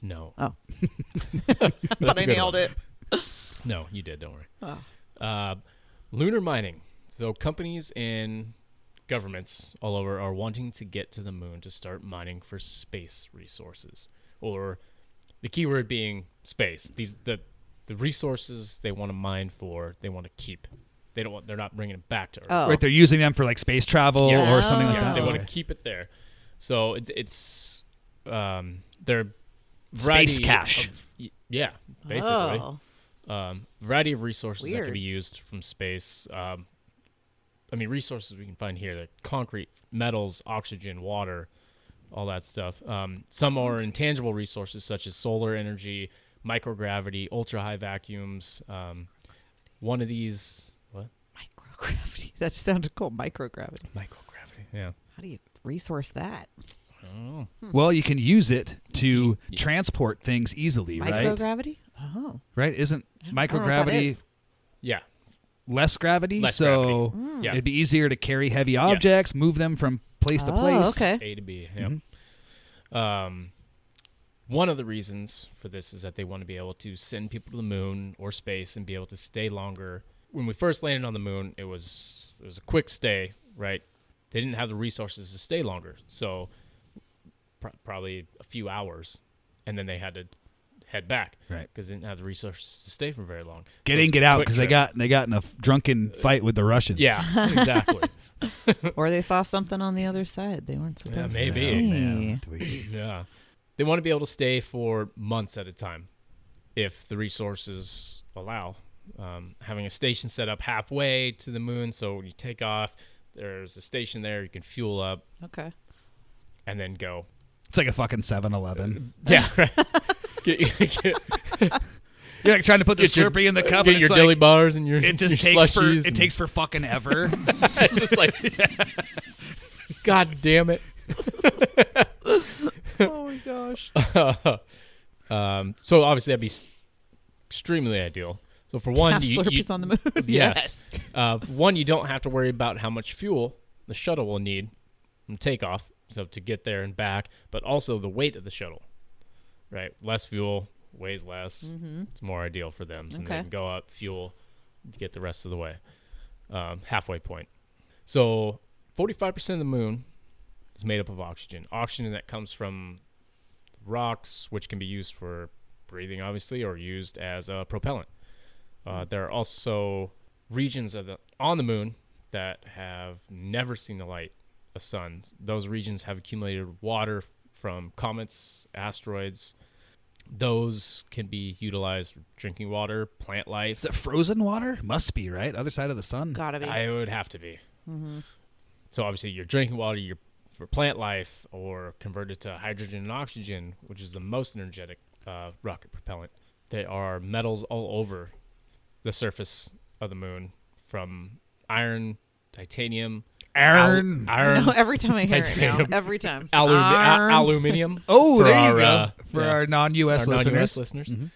No.
Oh.
But, that's a good one. No, you did. Don't worry. Uh, lunar mining. So companies and governments all over are wanting to get to the moon to start mining for space resources, or the keyword being space. These the the resources they want to mine for, they want to keep. They don't want. They're not bringing it back to Earth.
Oh.
Right, they're using them for like space travel
Yes.
or something like
Yes,
that.
they want
Okay.
to keep it there. So it's it's um, they're
Space cash.
Of, y- yeah, basically
Oh.
um, variety of resources that
Weird.
can be used from space. Um, I mean, resources we can find here: the concrete, metals, oxygen, water, all that stuff. Um, some are intangible resources such as solar energy, microgravity, ultra high vacuums. Um, one of these, what?
Microgravity. That just sounded cool. Microgravity.
Microgravity. Yeah.
How do you resource that?
Well, you can use it to transport things easily, right?
Microgravity? Oh.
Right? Isn't
I don't know what that
microgravity
is.
Yeah.
less gravity?
Less Mm.
so
Yeah.
it'd be easier to carry heavy objects, move them from place to place.
Oh, okay.
A to B. Yeah.
Mm-hmm.
Um, one of the reasons for this is that they want to be able to send people to the moon or space and be able to stay longer. When we first landed on the moon, it was it was a quick stay, right? They didn't have the resources to stay longer, so pr- probably a few hours, and then they had to head back,
Right.
Because they didn't have the resources to stay for very long.
Get
So it's
in,
a
get out,
quick
because they
trip.
got they got in a drunken fight with the Russians.
yeah, exactly.
Or they saw something on the other side they weren't supposed to
maybe.
see.
Man, we-
Yeah. They want to be able to stay for months at a time if the resources allow. Um, having a station set up halfway to the moon, so when you take off, there's a station there, you can fuel up
Okay.
and then go.
It's like a fucking 7-Eleven.
Yeah, right. get, get, get
You're like trying to put the
your-
Slurpee in the cup,
get
and
your
it's
dilly
like
bars and your
it just
your
takes for
slushies
it
and-
takes for fucking ever.
it's just like, God damn it.
oh my gosh.
Um, so obviously that'd be s- extremely ideal. So for one,
Have
you, you,
Slurpees on the moon.
Yes. Uh, one, you don't have to worry about how much fuel the shuttle will need from takeoff, so to get there and back, but also the weight of the shuttle, right? Less fuel, weighs less. It's more ideal for them. So
Okay.
they can go up, fuel, to get the rest of the way, um, halfway point. So 45% of the moon is made up of oxygen. Oxygen that comes from rocks, which can be used for breathing, obviously, or used as a propellant. Uh, there are also regions of the, on the moon that have never seen the light of sun. Those regions have accumulated water from comets, asteroids. Those can be utilized for drinking water, plant life.
Is it frozen water? Must be right. Other side of the sun.
Gotta be. Mm-hmm.
I would have to be. So obviously, you're drinking water. You're for plant life or converted to hydrogen and oxygen, which is the most energetic uh, rocket propellant. There are metals all over the surface of the moon, from iron, titanium,
Iron.
iron.
No, every time I hear it now.
Titanium.
Every time.
Alu-
Arn.
a- aluminum.
Oh,
for
there you
our,
go.
uh,
For
yeah,
our non-US
our
listeners, Mm-hmm.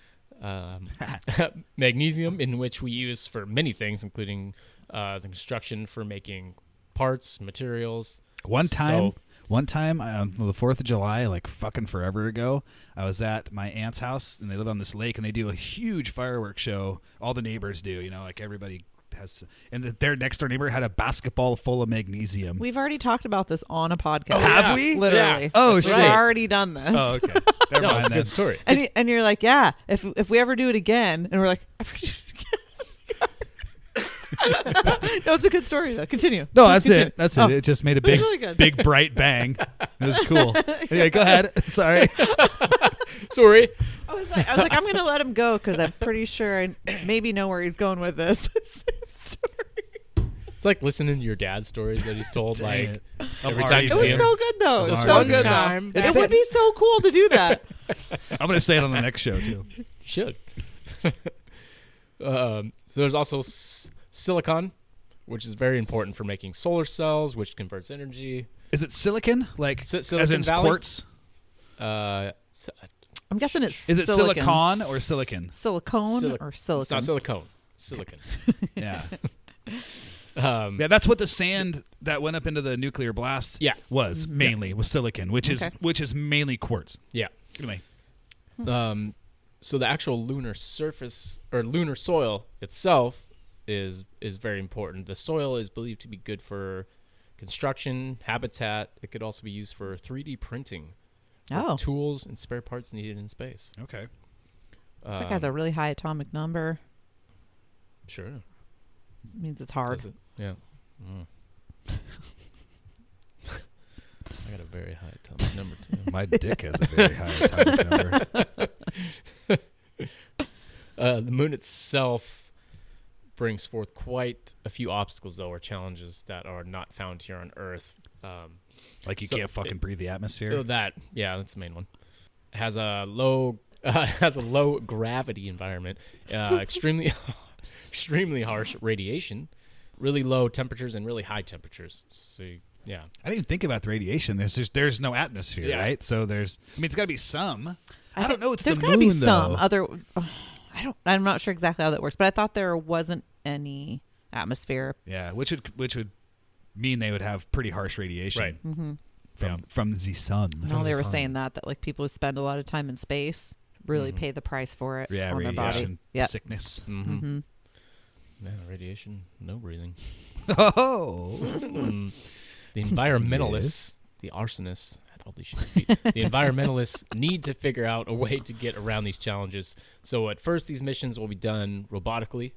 non-US listeners. Um, magnesium, in which we use for many things, including uh, the construction for making parts, materials.
one time,
So-
one time um, on the Fourth of July, like fucking forever ago, I was at my aunt's house, and they live on this lake, and they do a huge fireworks show. All the neighbors do, you know, like everybody has. And the, their next door neighbor had a basketball full of magnesium.
We've already talked about this on a podcast.
Have yeah. we?
Literally.
Yeah.
Oh,
We've
shit.
already done this.
oh, okay. Never
No,
mind
it's a
then.
good story.
and, you, and you're like, yeah, if if we ever do it again, and we're like, no, it's a good story though. Continue.
No,
Please
that's
continue.
it. That's
Oh.
it. It just made a
was
big,
really good.
big bright bang. It was cool. Anyway, go ahead. Sorry.
Sorry.
I was like, I was like, I'm gonna let him go because I'm pretty sure I maybe know where he's going with this.
It's like listening to your dad's stories that he's told.
Dang
like
it. I'm
every time
already
you
It
see
was
seeing-
him.
so good though. It was
Darn.
so
One
good
time.
though.
It
It would
fit.
be so cool to do that.
I'm gonna say it on the next show too.
Should. um, so there's also s- silicon, which is very important for making solar cells, which converts energy.
Is it silicon? Like
Si-
as
Silicon
in
Valley?
quartz?
Uh, s-
I'm guessing it's
Is it
silicon.
silicon or silicon?
silicone
sili-
or
It's not
silicon?
silicone. Silicon.
Yeah,
Um,
yeah. That's what the sand that went up into the nuclear blast.
Yeah.
was mainly was silicon, which is
Okay.
which is mainly quartz.
yeah.
Anyway,
Um, so the actual lunar surface or lunar soil itself is is very important. The soil is believed to be good for construction, habitat. It could also be used for 3D printing, for
Oh,
tools and spare parts needed in space.
okay.
it's like has a
Um,
really high atomic number.
sure.
It means it's hard.
Does it? Yeah. Mm. I got a very high atomic number too.
My dick has a very high atomic number.
Uh, the moon itself brings forth quite a few obstacles, though, or challenges that are not found here on Earth. Um,
Like you
So-
can't fucking breathe the atmosphere.
oh, that, yeah, that's the main one. It has a low, uh, has a low gravity environment, uh, extremely, extremely harsh radiation, really low temperatures and really high temperatures. So, you- yeah,
I didn't even think about the radiation. There's just, there's no atmosphere,
Yeah.
right? So there's. I mean, it's got to be some. I, don't
think
know. It's
there's
the
gotta
moon
be some
though.
other. uh, I don't. I'm not sure exactly how that works, but I thought there wasn't any atmosphere.
yeah, which would which would mean they would have pretty harsh radiation
right.
from
Yeah.
from the sun.
Mm-hmm. No, they were saying that that like people who spend a lot of time in space really pay the price for it
Mm-hmm. Yeah,
on their body.
radiation
Yeah.
sickness.
Mm-hmm. Man, radiation, no breathing.
Oh,
Mm. The environmentalists, the arsonists, I had all these shitty feet. the environmentalists need to figure out a way to get around these challenges. So at first, these missions will be done robotically.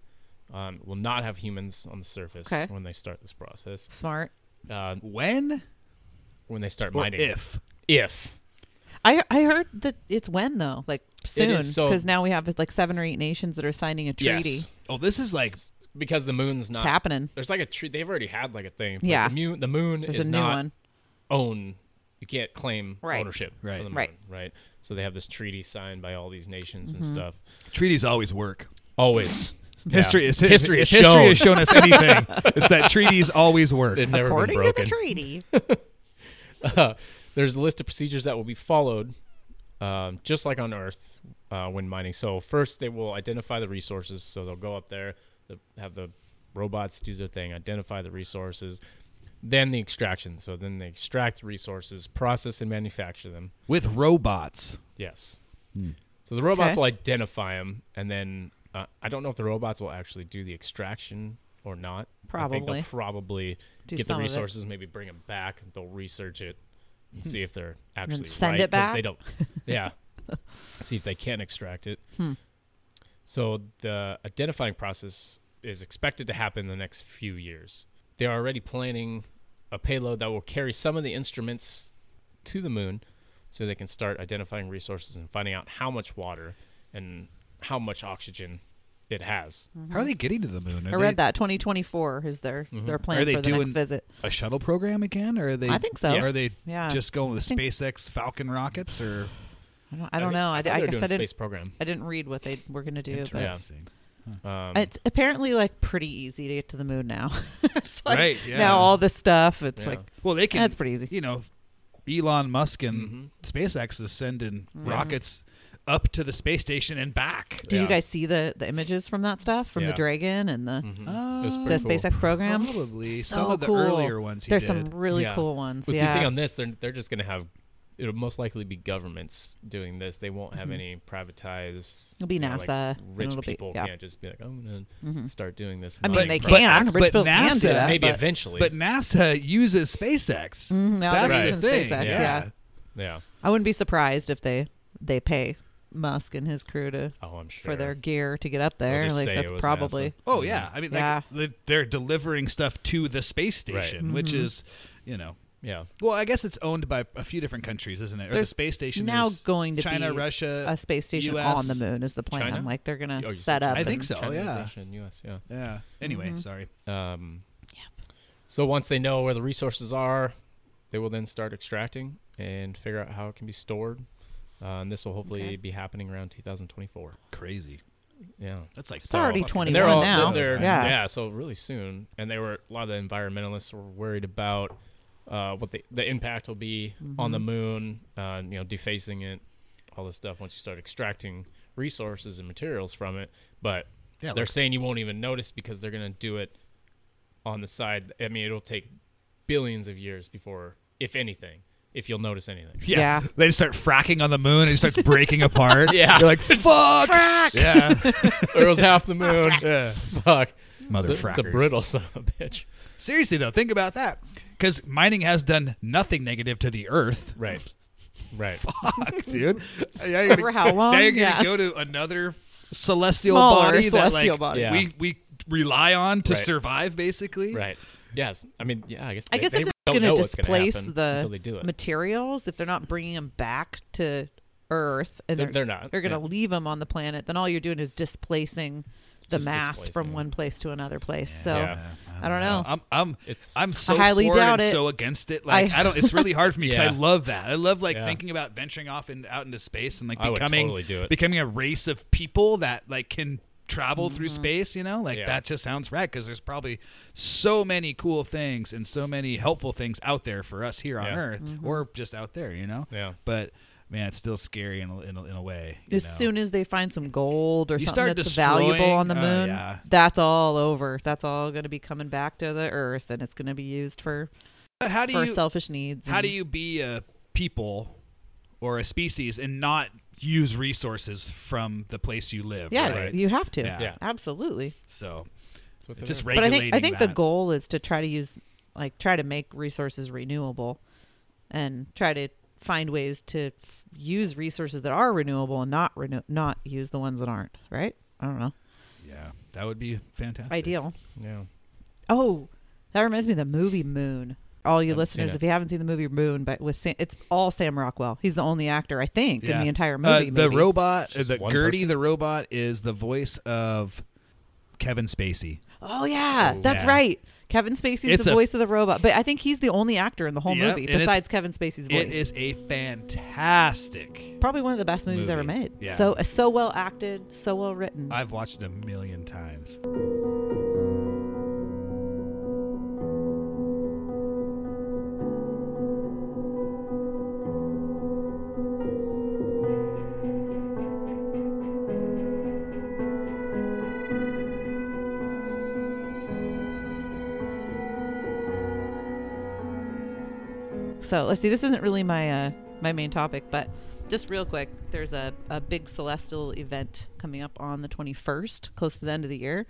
Um, will not have humans on the surface
Okay.
when they start this process.
Smart.
Uh,
when
when they start
or
mining,
if
if
I I heard that it's when though, like soon,
is, so-
because now we have like seven or eight nations that are signing a treaty.
yes, Uh,
oh, this is like
because the moon's
It's
not.
happening.
There's like a tree. They've already had like a thing. but
Yeah.
the, mu- the moon
There's
is
a new
not
one.
own you can't claim
Right.
ownership of
Right.
the
Right. Mm-hmm.
moon, right so they have this treaty signed by all these nations and stuff
treaties always work.
always
History is
History
If
has
history
shown.
has shown us anything, it's that treaties always work.
they've never
According to
been broken
the treaty.
there's a list of procedures that will be followed um, just like on earth uh, when mining so first they will identify the resources so they'll go up there the, have the robots do their thing identify the resources then the extraction so then they extract the resources process and manufacture them
With robots,
Yes. So the robots
Okay.
will identify them, and then uh, I don't know if the robots will actually do the extraction or not. I think
Probably.
they'll probably
Do
get
some
the
of it.
resources, maybe bring them back. and They'll research it and
Hmm.
see if they're actually
send
right,
it
'cause They
back?
don't. Yeah. see if they can extract it.
Hmm.
So the identifying process is expected to happen in the next few years. They are already planning a payload that will carry some of the instruments to the moon so they can start identifying resources and finding out how much water and how much oxygen it has.
how are they getting to the moon? Are
Mm-hmm. I read that 2024 is their
Mm-hmm.
their plan
Are they
for the
doing
next visit.
a shuttle program again, or are they?
I think so.
Yeah.
Are they
Yeah.
just going with
think-
SpaceX Falcon rockets, or
I don't, I don't know. I,
thought
I
they were
guess
doing
I
a
didn't.
space program.
I didn't read what they were going to do, but
Yeah.
Interesting.
Um,
It's apparently like pretty easy to get to the moon now. it's like
Right, yeah.
now all this stuff. It's
Yeah.
like
Well, they can.
that's pretty easy.
You know, Elon Musk and
Mhm.
SpaceX is sending rockets up to the space station and back.
Did
Yeah.
you guys see the the images from that stuff from
Yeah.
the Dragon and the
Uh,
That's
the
Hmm. pretty cool. Oh,
SpaceX program?
Probably
So
some of the
cool.
earlier ones he
There's
did.
some really
Yeah.
cool ones.
But see,
yeah.
the thing on this, they're they're just gonna have it'll most likely be governments doing this. They won't have any privatized.
Mm-hmm. It'll be
you know, like,
NASA, and
rich
it'll be-
people
yeah. Mm-hmm.
can't just be like, I'm gonna start doing this.
I mean,
mining
they
project."
can.
but-
Rich
but
people can do
NASA-
that,
Maybe
but- Mm-hmm.
eventually.
but NASA uses SpaceX.
now
That's
they're
the
using
thing.
SpaceX, yeah.
yeah.
I wouldn't be surprised if they they pay Musk and his crew to
Oh, I'm sure.
for their gear to get up there.
just
like
say
that's
it was
probably
NASA. Mm-hmm.
Oh yeah, I mean, like,
Yeah. Mm-hmm.
the- they're delivering stuff to the space
Right.
station, which is, you know,
Yeah.
well, I guess it's owned by a few different countries, isn't it? Or the
There's
space station
now
is
going to
China,
be
Russia,
a space station
US.
on the moon is the plan.
China?
Like they're gonna
Oh, you said
set up.
I think
and-
so. yeah.
Nation, U.S. Yeah.
Yeah. Anyway,
Mm-hmm.
sorry.
Um, So once they know where the resources are, they will then start extracting and figure out how it can be stored. Uh, and this will hopefully
Okay.
be happening around 2024.
Crazy.
Yeah.
That's like
It's already
fucking-
21
And they're all
now.
they're-
Yeah.
yeah. so really soon. And they were a lot of the environmentalists were worried about uh, what the the impact will be on the moon, uh, you know, defacing it, all this stuff once you start extracting resources and materials from it. But
Yeah,
they're
like-
saying you won't even notice because they're gonna do it on the side. I mean, it'll take billions of years before, if anything, if you'll notice anything.
Yeah.
Yeah.
They just start fracking on the moon and it starts breaking apart.
Yeah.
You're like, fuck. Yeah.
there was half the moon.
yeah.
Fuck.
Mother
It's a- it's a
frackers.
brittle son of a bitch.
Seriously, though, think about that. Because mining has done nothing negative to the earth.
Right. Right.
Fuck, dude. Now you're gonna-
For how long?
Now you're going to
Yeah.
go to another celestial
Smaller
body that
celestial
like,
body.
Yeah.
we, we rely on to
Right.
survive, basically.
Right. Yes. I mean, yeah. I guess.
I
they-
guess
they
if it's
don't
going to
know what's gonna
displace
happen
the
until they do it.
materials, if they're not bringing them back to Earth, and
They're-
they're,
they're not,
they're going to
yeah.
leave them on the planet, then all you're doing is displacing the
Just
mass
displacing.
from one place to another place. So
Yeah.
I don't know.
I'm I'm
It's-
I'm so
highly
for it
doubt
and
it.
so against it. Like I,
I-
don't. It's really hard for me because I
Yeah.
love that. I love like
Yeah.
thinking about venturing off and out into space and like
I would
becoming
totally do it.
becoming a race of people that like can travel
Mm-hmm.
through space. You know, like
Yeah.
that just sounds rad because there's probably so many cool things and so many helpful things out there for us here on
Yeah.
Earth
Mm-hmm.
or just out there. You know.
Yeah.
But man, it's still scary in a, in a, in a way. you
as
know?
soon as they find some gold or
You
something
start
that's valuable on the
destroying- oh,
moon,
yeah.
that's all over. That's all going to be coming back to the Earth, and it's going to be used for
But how do
for
you
selfish needs.
how
and-
do you be a people or a species and not use resources from the place you live?
Yeah,
right?
you have to.
Yeah.
Yeah.
Absolutely.
so
That's what
it's
they're
just
doing.
but I
regulating.
think I think the
that.
goal is to try to use like try to make resources renewable and try to find ways to f- use resources that are renewable and not renew- not use the ones that aren't, right? I don't know.
Yeah, that would be fantastic.
Ideal.
Yeah.
Oh, that reminds me of the movie Moon. All you
Haven't
listeners,
seen it.
if you haven't seen the movie Moon, but with Sam, it's all Sam Rockwell. He's the only actor I think in
Yeah.
the entire
Uh,
movie.
the
maybe.
robot, uh,
Just
the
one
Gertie,
person.
the robot is the voice of Kevin Spacey.
Oh yeah,
Oh,
that's
yeah.
right. Kevin Spacey's
It's
the
a-
voice of the robot, but I think he's the only actor in the whole
Yep,
movie
and it's-
besides Kevin Spacey's voice.
It is a fantastic.
probably one of the best movies
Movie.
ever made.
Yeah.
So uh, so well acted, so well written.
I've watched it a million times.
so let's see. This isn't really my uh, my main topic, but just real quick, there's a, a big celestial event coming up on the 21st, close to the end of the year,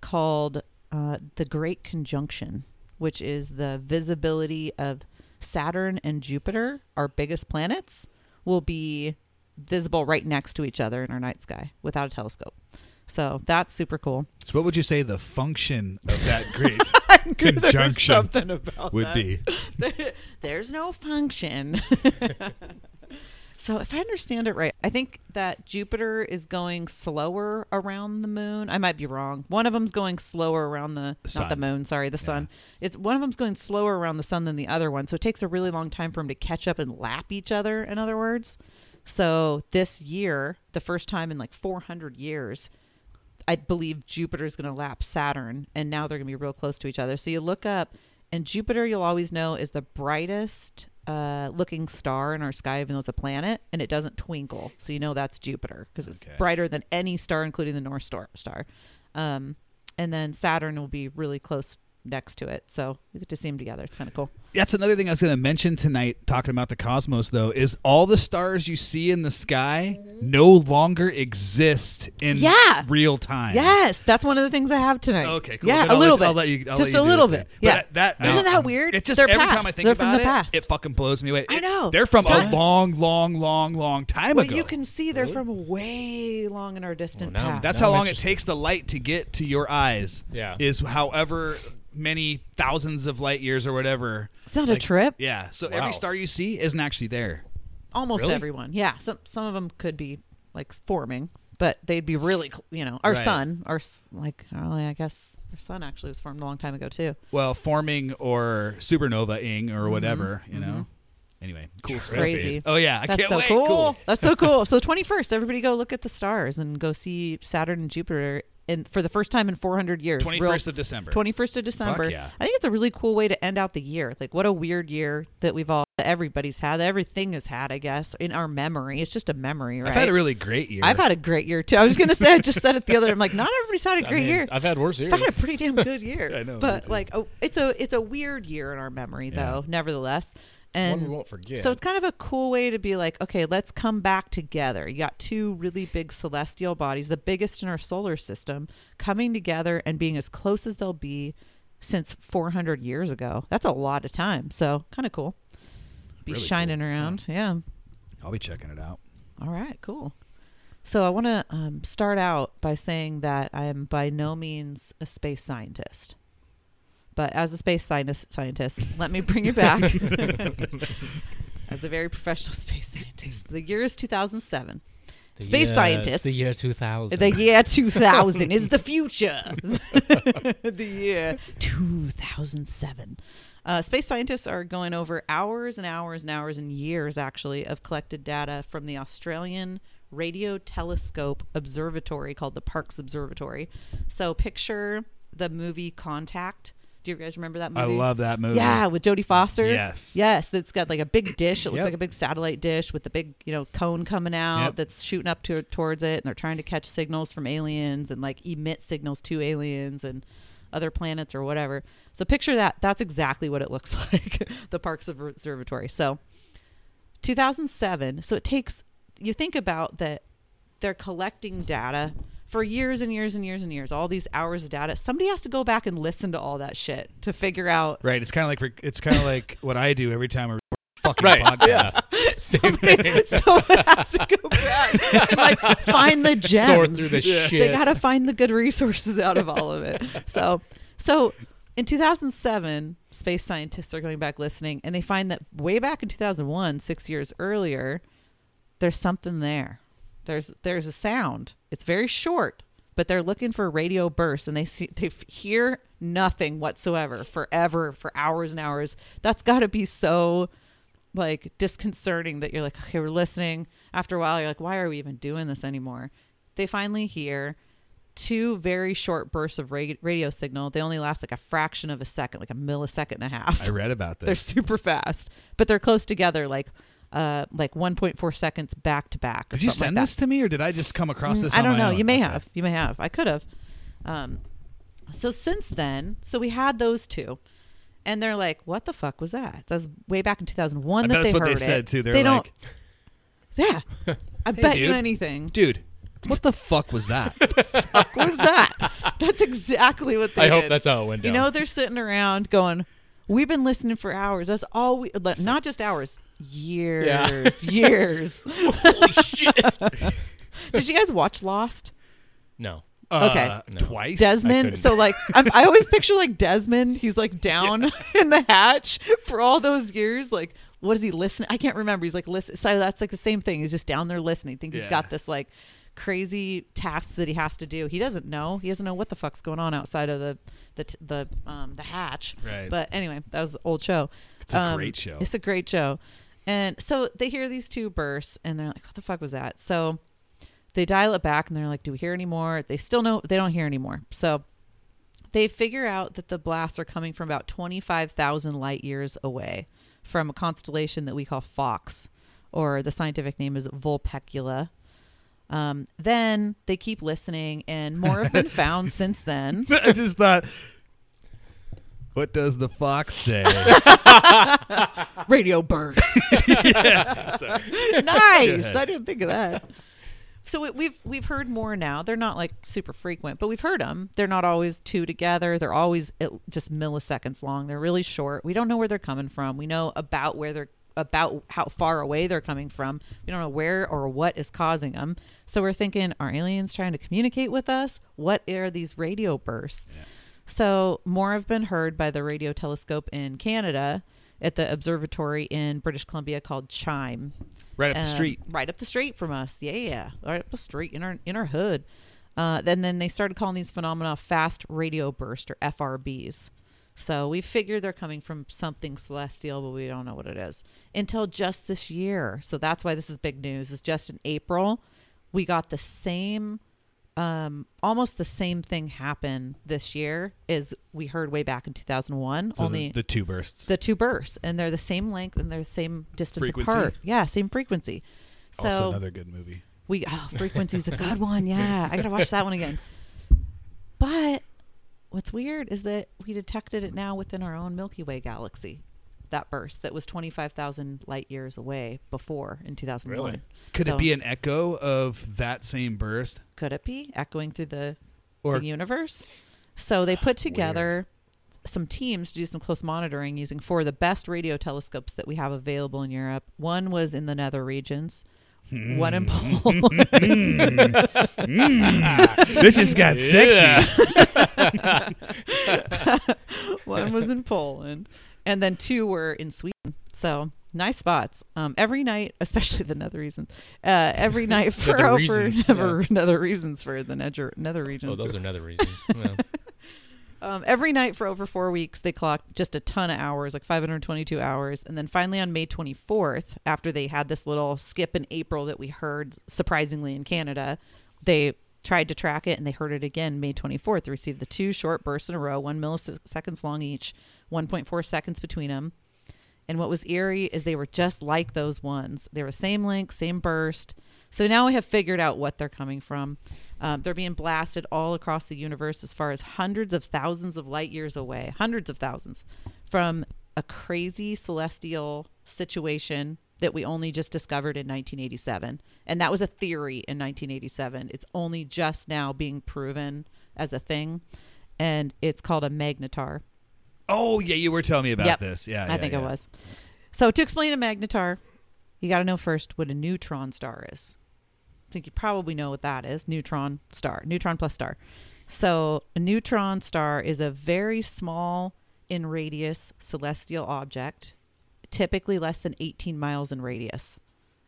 called uh, the Great Conjunction, which is the visibility of Saturn and Jupiter, our biggest planets, will be visible right next to each other in our night sky without a telescope. So that's super cool.
So, what would you say the function of that great conjunction
something about
would
that.
be?
There- There's no function. so, if I understand it right, I think that Jupiter is going slower around the moon. I might be wrong. One of them's going slower around the not the
sun.
moon, sorry, the sun. It's one of them's going slower around the sun than the other one. So, it takes a really long time for them to catch up and lap each other, in other words. So, this year, the first time in like 400 years, I believe Jupiter's going to lap Saturn, and now they're going to be real close to each other. So you look up, and Jupiter, you'll always know, is the brightest uh, looking star in our sky, even though it's a planet, and it doesn't twinkle. So you know that's Jupiter because it's
Okay.
brighter than any star, including the North Star. star. Um, and then Saturn will be really close next to it. So you get to see them together. It's kind of cool.
That's another thing I was going to mention tonight, talking about the cosmos, though, is all the stars you see in the sky no longer exist in
Mm-hmm. Yeah.
real time.
Yes, that's one of the things I have tonight.
Okay, cool.
Yeah,
Then
a
I'll
little
let-
bit.
I'll let you- I'll
Just
let you
a
do
little
it
bit.
then.
Yeah.
But that-
Isn't
no,
that weird?
It just
They're
every
past.
time I think
They're from
about
the
it,
past.
it fucking blows me away.
I
It-
know.
they're from
Stars.
a long, long, long, long time
well,
ago.
you can see they're from way long in our distant
now I'm-
past.
That's
Now
how
I'm
long
interested.
it takes the light to get to your eyes.
Yeah.
Is however many thousands of light years or whatever.
It's not a trip.
Yeah. So
Wow.
every star you see isn't actually there.
Almost
Really?
everyone. Yeah, some some of them could be like forming, but they'd be really, cl- you know, our
Right.
sun, our s- like, oh, I guess our sun actually was formed a long time ago too.
Well, forming or supernova ing or whatever, you know. Anyway, cool stuff.
Crazy.
Oh yeah, I
That's
can't
so
wait.
cool. That's so cool. So the 21st, everybody go look at the stars and go see Saturn and Jupiter in, for the first time in 400 years. Real-
Twenty first of December.
21st of December.
yeah.
I think it's a really cool way to end out the year. Like, what a weird year that we've all, that everybody's had, that everything has had, I guess, in our memory. It's just a memory, right?
I've had a really great year.
I've had a great year too. I was gonna say I just said it the other. I'm like, not everybody's had a
I
great
mean,
year.
I've had worse years.
I've had a pretty damn good year.
I know, me
but
too.
like, oh, it's a it's a weird year in our memory though. Nevertheless, and
One we won't forget.
So it's kind of a cool way to be like, okay, let's come back together. You got two really big celestial bodies, the biggest in our solar system, coming together and being as close as they'll be since 400 years ago. That's a lot of time. So kind of cool. Be
Really cool.
shining around, yeah.
I'll be checking it out.
All right, cool. So I want to um, start out by saying that I am by no means a space scientist. But as a space scientist, scientist let me bring you back. as a very professional space scientist, the year is 2007. space scientists.
The year 2000.
The year 2000 is the future. the year 2007. Uh, space scientists are going over hours and hours and hours and years, actually, of collected data from the Australian Radio Telescope Observatory called the Parkes Observatory. So, picture the movie Contact. Do you guys remember that movie?
I love that movie.
Yeah, with Jodie Foster.
Yes.
Yes, that's got like a big dish. It looks
Yep.
like a big satellite dish with the big, you know, cone coming out
Yep.
that's shooting up to, towards it and they're trying to catch signals from aliens and like emit signals to aliens and other planets or whatever. So picture that. That's exactly what it looks like. the Parks Observatory. So 2007. So it takes you think about that they're collecting data for years and years and years and years. All these hours of data. Somebody has to go back and listen to all that shit to figure out
Right. It's kind of like rec- it's kind of like what I do every time we record a fucking
Right,
podcast.
yeah.
somebody, someone has to go back and like find the gems.
Sort through
They
the shit.
gotta find the good resources out of all of it. So, so in 2007, space scientists are going back listening, and they find that way back in 2001, six years earlier, there's something there. There's there's a sound. It's very short, but they're looking for radio bursts, and they see they f- hear nothing whatsoever forever for hours and hours. That's got to be so like disconcerting that you're like, okay, we're listening. After a while, you're like, why are we even doing this anymore? They finally hear two very short bursts of ra- radio signal. They only last like a fraction of a second, like a millisecond and a half.
I read about this.
They're super fast, but they're close together, like uh, like 1.4 seconds back to back. or
did you
something like
send
that.
this to me, or did I just come across this?
I
on
don't
my
know.
own?
You may
Okay.
have. You may have. I could have. Um, so since then, so we had those two, and they're like, "What the fuck was that?" That's way back in two thousand one
I
that
bet
they
that's what
heard
they
it.
said too. They're
they
like,
don't. Yeah, I bet you
dude.
anything.
dude, what the fuck was that?
Fuck was that? That's exactly what they.
I hope
did.
that's how it went
You
down.
know, they're sitting around going, "We've been listening for hours. That's all we. like, Not just hours, years, years."
Holy shit.
Did you guys watch Lost?
No.
Okay.
Uh,
No.
Twice.
couldn't.
Desmond. So like, I'm, I always picture like Desmond. He's like down in the hatch for all those years. Like, what is he listening? I can't remember. He's like listen. So that's like the same thing. He's just down there listening. Think he's
Yeah.
got this like crazy task that he has to do. He doesn't know. He doesn't know what the fuck's going on outside of the the t- the um the hatch.
Right.
But anyway, that was an old show.
It's a great show.
Um, It's a great show. And so they hear these two bursts and they're like, what the fuck was that? So They dial it back and they're like, "Do we hear any more?" They still know they don't hear anymore. So they figure out that the blasts are coming from about 25,000 light years away from a constellation that we call Fox, or the scientific name is Vulpecula. Um, then they keep listening, and more have been found since then.
I just thought, what does the fox say?
Radio bursts. nice. I didn't think of that. So we, we've we've heard more now. They're not like super frequent, but we've heard them. They're not always two together. They're always at just milliseconds long. They're really short. We don't know where they're coming from. We know about where they're about how far away they're coming from. We don't know where or what is causing them. So we're thinking, are aliens trying to communicate with us? What are these radio bursts? So more have been heard by the radio telescope in Canada at the observatory in British Columbia called Chime
right up the
um,
street.
right up the street from us. Yeah, yeah, right up the street in our in our hood. Uh, then then they started calling these phenomena fast radio burst or FRBs. So we figure they're coming from something celestial, but we don't know what it is until just this year. So that's why this is big news. Is just in April, we got the same, um, almost the same thing happen this year as we heard way back in two thousand one.
So
only
the, the two bursts.
the two bursts and they're the same length and they're the same distance
Frequency.
apart. Yeah, same frequency. So
also another good movie.
we oh, frequency's a good one. Yeah, I gotta watch that one again. But what's weird is that we detected it now within our own Milky Way galaxy. That burst that was twenty five thousand light years away before in two thousand one.
Really?
Could it be an echo of that same burst?
Could it be echoing through the
Or
the universe. So they put together some teams to do some close monitoring using four of the best radio telescopes that we have available in Europe. One was in the nether regions, one in
Hmm.
Poland,
this just got
Yeah.
sexy.
one was in Poland, and then two were in Sweden. So nice spots. Um, every night, especially the nether regions, uh, every night for
Nether
over
regions,
never nether regions for the nether, nether regions.
Oh, those are another reasons. Well,
Um, every night for over four weeks, they clocked just a ton of hours, like 522 hours. And then finally on May 24th, after they had this little skip in April that we heard surprisingly in Canada, they tried to track it and they heard it again May 24th. They received the two short bursts in a row, one milliseconds long each, 1.4 seconds between them. And what was eerie is they were just like those ones. They were same length, same burst. So now we have figured out what they're coming from. Um, they're being blasted all across the universe as far as hundreds of thousands of light years away, hundreds of thousands from a crazy celestial situation that we only just discovered in 1987. And that was a theory in 1987. It's only just now being proven as a thing. And it's called a magnetar.
Oh yeah, you were telling me about
Yep.
this. Yeah,
I
yeah,
think
yeah.
it was. So to explain a magnetar, you got to know first what a neutron star is. I think you probably know what that is. Neutron star, neutron plus star. So a neutron star is a very small in radius celestial object, typically less than 18 miles in radius.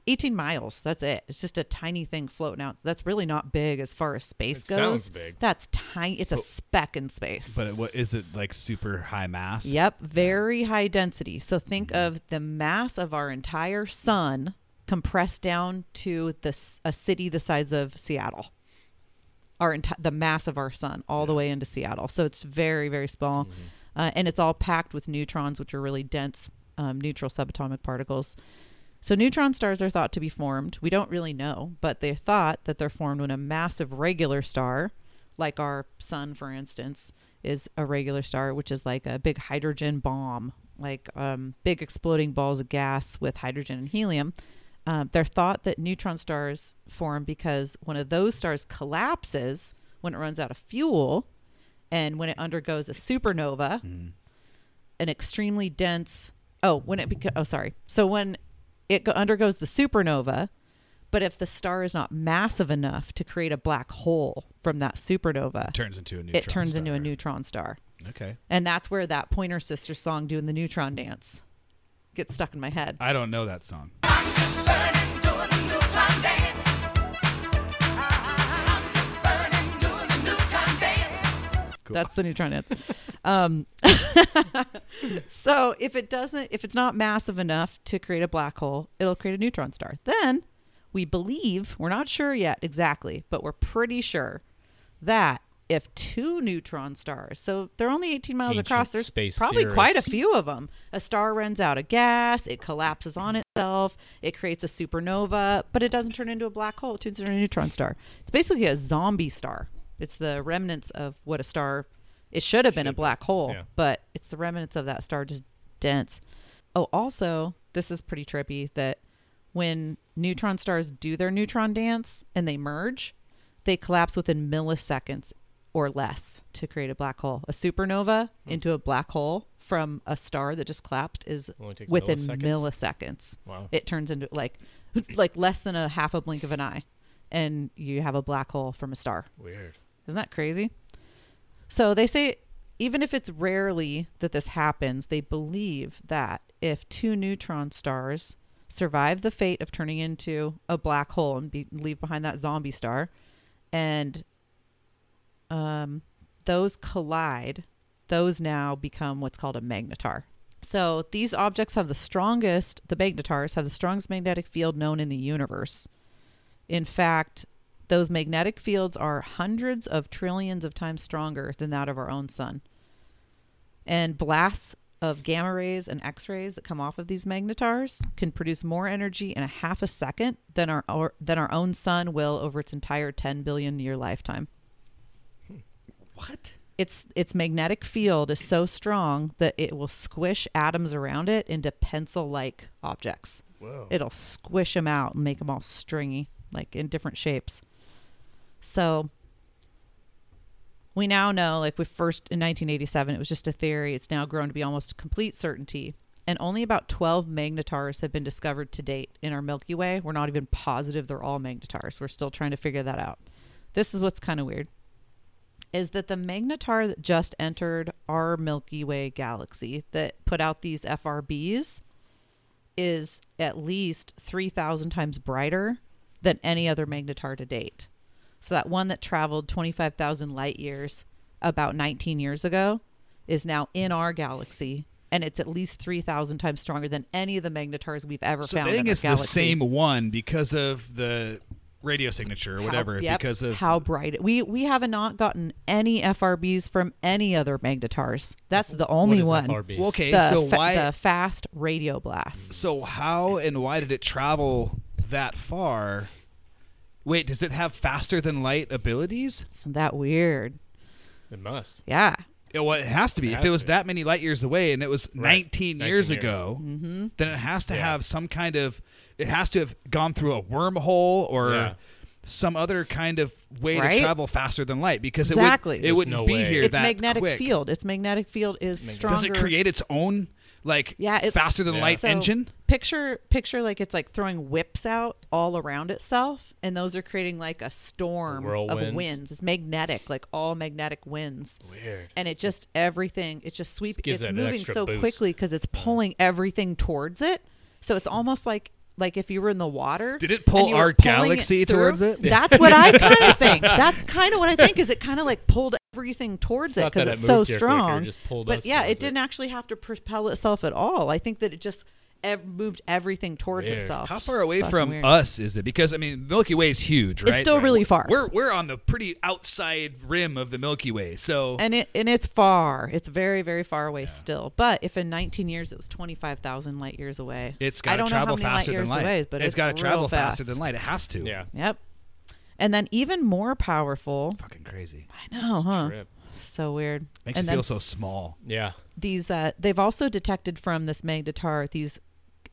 18 miles, that's it. It's just a tiny thing floating out. That's really not big as far as space
It
goes.
sounds big.
That's tiny. It's a speck in space.
But it, what is it like? Super high mass.
Yep, very high density. So think of the mass of our entire sun compressed down to this a city the size of Seattle. Our enti- the mass of our sun all the way into Seattle. So it's very very small, uh, and it's all packed with neutrons, which are really dense um, neutral subatomic particles. So neutron stars are thought to be formed. We don't really know, but they're thought that they're formed when a massive regular star, like our sun, for instance, is a regular star, which is like a big hydrogen bomb, like um, big exploding balls of gas with hydrogen and helium. Um, they're thought that neutron stars form because one of those stars collapses when it runs out of fuel, and when it undergoes a supernova, an extremely dense. Oh, when it beca- oh sorry. So when it go- undergoes the supernova, but if the star is not massive enough to create a black hole from that supernova,
Turns into a neutron.
it turns into a
star.
neutron star,
Okay.
and that's where that Pointer Sisters song doing the neutron dance gets stuck in my head.
I don't know that song. Cool.
That's the neutron dance. Um, so if it doesn't, if it's not massive enough to create a black hole, it'll create a neutron star. Then we believe, we're not sure yet exactly, but we're pretty sure that if two neutron stars, so they're only 18 miles
Ancient
across, there's
space
probably quite a
theorists.
few of them. A star runs out of gas, it collapses on itself, it creates a supernova, but it doesn't turn into a black hole, it turns into a neutron star. It's basically a zombie star. It's the remnants of what a star, it should have been a
Should be.
black hole,
Yeah.
but it's the remnants of that star just dense. Oh, also, this is pretty trippy that when neutron stars do their neutron dance and they merge, they collapse within milliseconds or less to create a black hole. A supernova
Hmm.
into a black hole from a star that just collapsed is
Only takes
within
milliseconds?
milliseconds.
Wow.
It turns into like like less than a half a blink of an eye and you have a black hole from a star.
Weird.
Isn't that crazy? So they say even if it's rarely that this happens, they believe that if two neutron stars survive the fate of turning into a black hole and be, leave behind that zombie star, and um, those collide, those now become what's called a magnetar. So these objects have the strongest, the magnetars have the strongest magnetic field known in the universe. In fact, those magnetic fields are hundreds of trillions of times stronger than that of our own sun. And blasts of gamma rays and X rays that come off of these magnetars can produce more energy in a half a second than our, our than our own sun will over its entire 10 billion year lifetime. What? Its its magnetic field is so strong that it will squish atoms around it into pencil-like objects
Whoa.
it'll squish them out and make them all stringy, like in different shapes. So we now know, like we first in 1987, it was just a theory. It's now grown to be almost a complete certainty. And only about 12 magnetars have been discovered to date in our Milky Way. We're not even positive they're all magnetars. We're still trying to figure that out. This is what's kind of weird is that the magnetar that just entered our Milky Way galaxy that put out these FRBs is at least 3,000 times brighter than any other magnetar to date. So that one that traveled 25,000 light years about 19 years ago is now in our galaxy. And it's at least 3,000 times stronger than any of the magnetars we've ever
So
found.
they
in
think
our
it's the
galaxy.
same one because of the radio signature or
How-
whatever.
yep,
Because of
how bright it, we we have not gotten any FRBs from any other magnetars. That's the only
what
one.
is FRB?
well, okay.
The,
so
fa-
why?
the fast radio blast?
So how and why did it travel that far? Wait, does it have faster than light abilities?
Isn't that weird?
it must.
Yeah,
Yeah, well, it has to be.
It
if
has
it was
to.
that many light years away and it was
Right.
19,
19
years,
years.
ago,
Mm-hmm.
then it has to
Yeah.
have some kind of. It has to have gone through a wormhole or
Yeah.
some other kind of way to
Right?
travel faster than light because
Exactly.
it, would, it
There's
wouldn't
no
be
way.
here
its
that
magnetic
quick.
field. Its magnetic field is stronger.
Does it create its own like
Yeah, it-
faster than
Yeah.
light
So,
engine?
Picture picture like it's like throwing whips out all around itself, and those are creating like a storm of
Whirlwind.
winds. It's magnetic, like all magnetic winds.
Weird.
and it just everything it just sweep
gives
it's
that an
moving
extra
so
boost.
quickly because it's pulling everything towards it so it's almost like like if you were in the water
Did it pull
and you were
our
pulling
galaxy
it through,
towards it?
that's what i kind of think that's kind of what i think is it kind of like pulled everything towards
It's
it
not
because
that
it's
it
so
moved here quicker, it
strong
just pulled
but
us
yeah
towards
it
it.
didn't actually have to propel itself at all i think that it just ev- moved everything towards
Weird.
itself
How far away
Fucking
from
weird.
us is it? Because I mean, Milky Way is huge, right?
still really far.
We're we're on the pretty outside rim of the Milky Way, so
and it and it's far it's very very far away still but if in 19 years it was 25,000 light years away
it's
I
got to
don't know how
travel
many light
faster than
years
light.
away is, but
it's
it's
got to
real
travel faster
fast.
than light. It has to.
Yeah.
Yep. And then even more powerful.
Fucking crazy.
I know, huh?
Trip.
So weird.
Makes you
and then
feel so small.
Yeah.
these uh, they've also detected from this magnetar these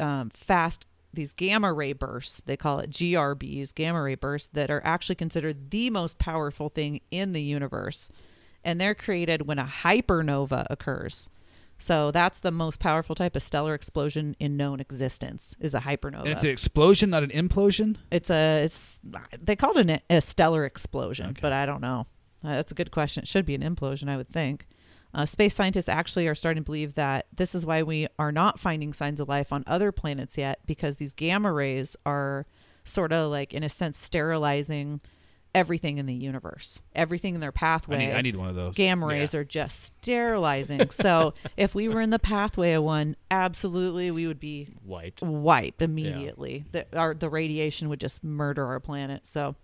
um, fast these gamma ray bursts they call it grbs gamma ray bursts that are actually considered the most powerful thing in the universe and they're created when a hypernova occurs so that's the most powerful type of stellar explosion in known existence is a hypernova
And it's an explosion, not an implosion.
It's a it's they called it an, e, a stellar explosion, but I don't know. Uh, that's a good question. It should be an implosion, I would think. Uh, space scientists actually are starting to believe that this is why we are not finding signs of life on other planets yet, because these gamma rays are sort of like, in a sense, sterilizing everything in the universe, everything in their pathway.
I need, I need one of those.
Gamma rays
yeah.
are just sterilizing. so if we were in the pathway of one, absolutely we would be
Wiped.
wiped immediately. The, our, the radiation would just murder our planet. So,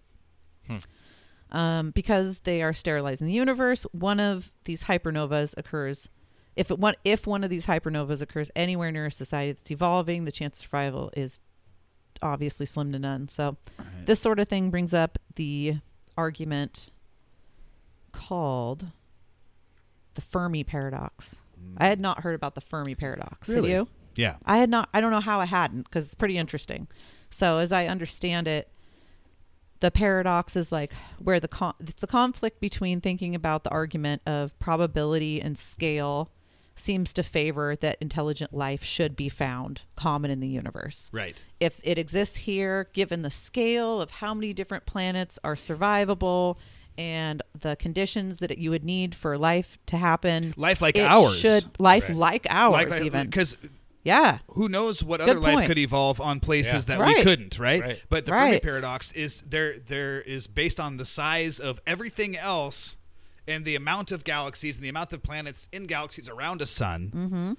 um, because they are sterilizing the universe, one of these hypernovas occurs. If it one if one of these hypernovas occurs anywhere near a society that's evolving, the chance of survival is obviously slim to none. So, this sort of thing brings up the argument called the Fermi paradox. I had not heard about the Fermi paradox. Had
Really?
you?
Yeah.
I had not. I don't know how I hadn't because it's pretty interesting. So as I understand it, the paradox is like where the con- it's the conflict between thinking about the argument of probability and scale seems to favor that intelligent life should be found common in the universe
Right.
if it exists here, given the scale of how many different planets are survivable and the conditions that you would need for life to happen,
Life like
it
ours.
should life
Right.
like ours even
because
yeah.
who knows what other life
point.
could evolve on places
Yeah.
that we
Right.
couldn't, right?
Right.
But the Fermi
Right.
paradox is there. There is based on the size of everything else, and the amount of galaxies and the amount of planets in galaxies around a sun.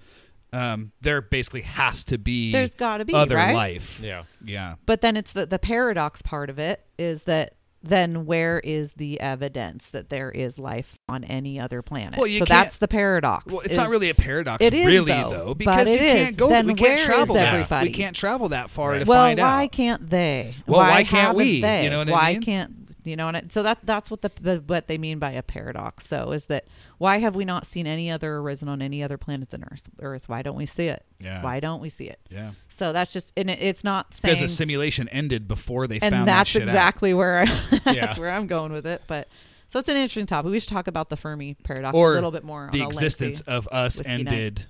Um, there basically has to be.
Mm-hmm. There's gotta be,
other
right?
life.
Yeah.
Yeah.
But then it's the the paradox part of it is that then where is the evidence that there is life on any other planet?
Well, you
so
can't-
that's the paradox.
Well, it's
is-
not really a paradox,
It is,
really
though, but
because
it
you can't
is.
go.
Then
we can't
where
travel
is
that.
everybody?
We can't travel that far to
well,
find
why
out.
can't they?
Well, why can't
haven't
we?
They?
You know what I
why
mean?
can't you know? And it- so that that's what the, the what they mean by a paradox. So is that why have we not seen any other arisen on any other planet than Earth? Earth? Why don't we see it?
Yeah.
Why don't we see it?
Yeah.
So that's just and it, it's not
Because the
saying.
simulation ended before they
And
found
that's
that shit out.
exactly where I, that's
Yeah.
where I'm going with it. But so it's an interesting topic. We should talk about the Fermi paradox
or
a little bit more.
the
on a
existence
lengthy-
of us
whiskey night.
ended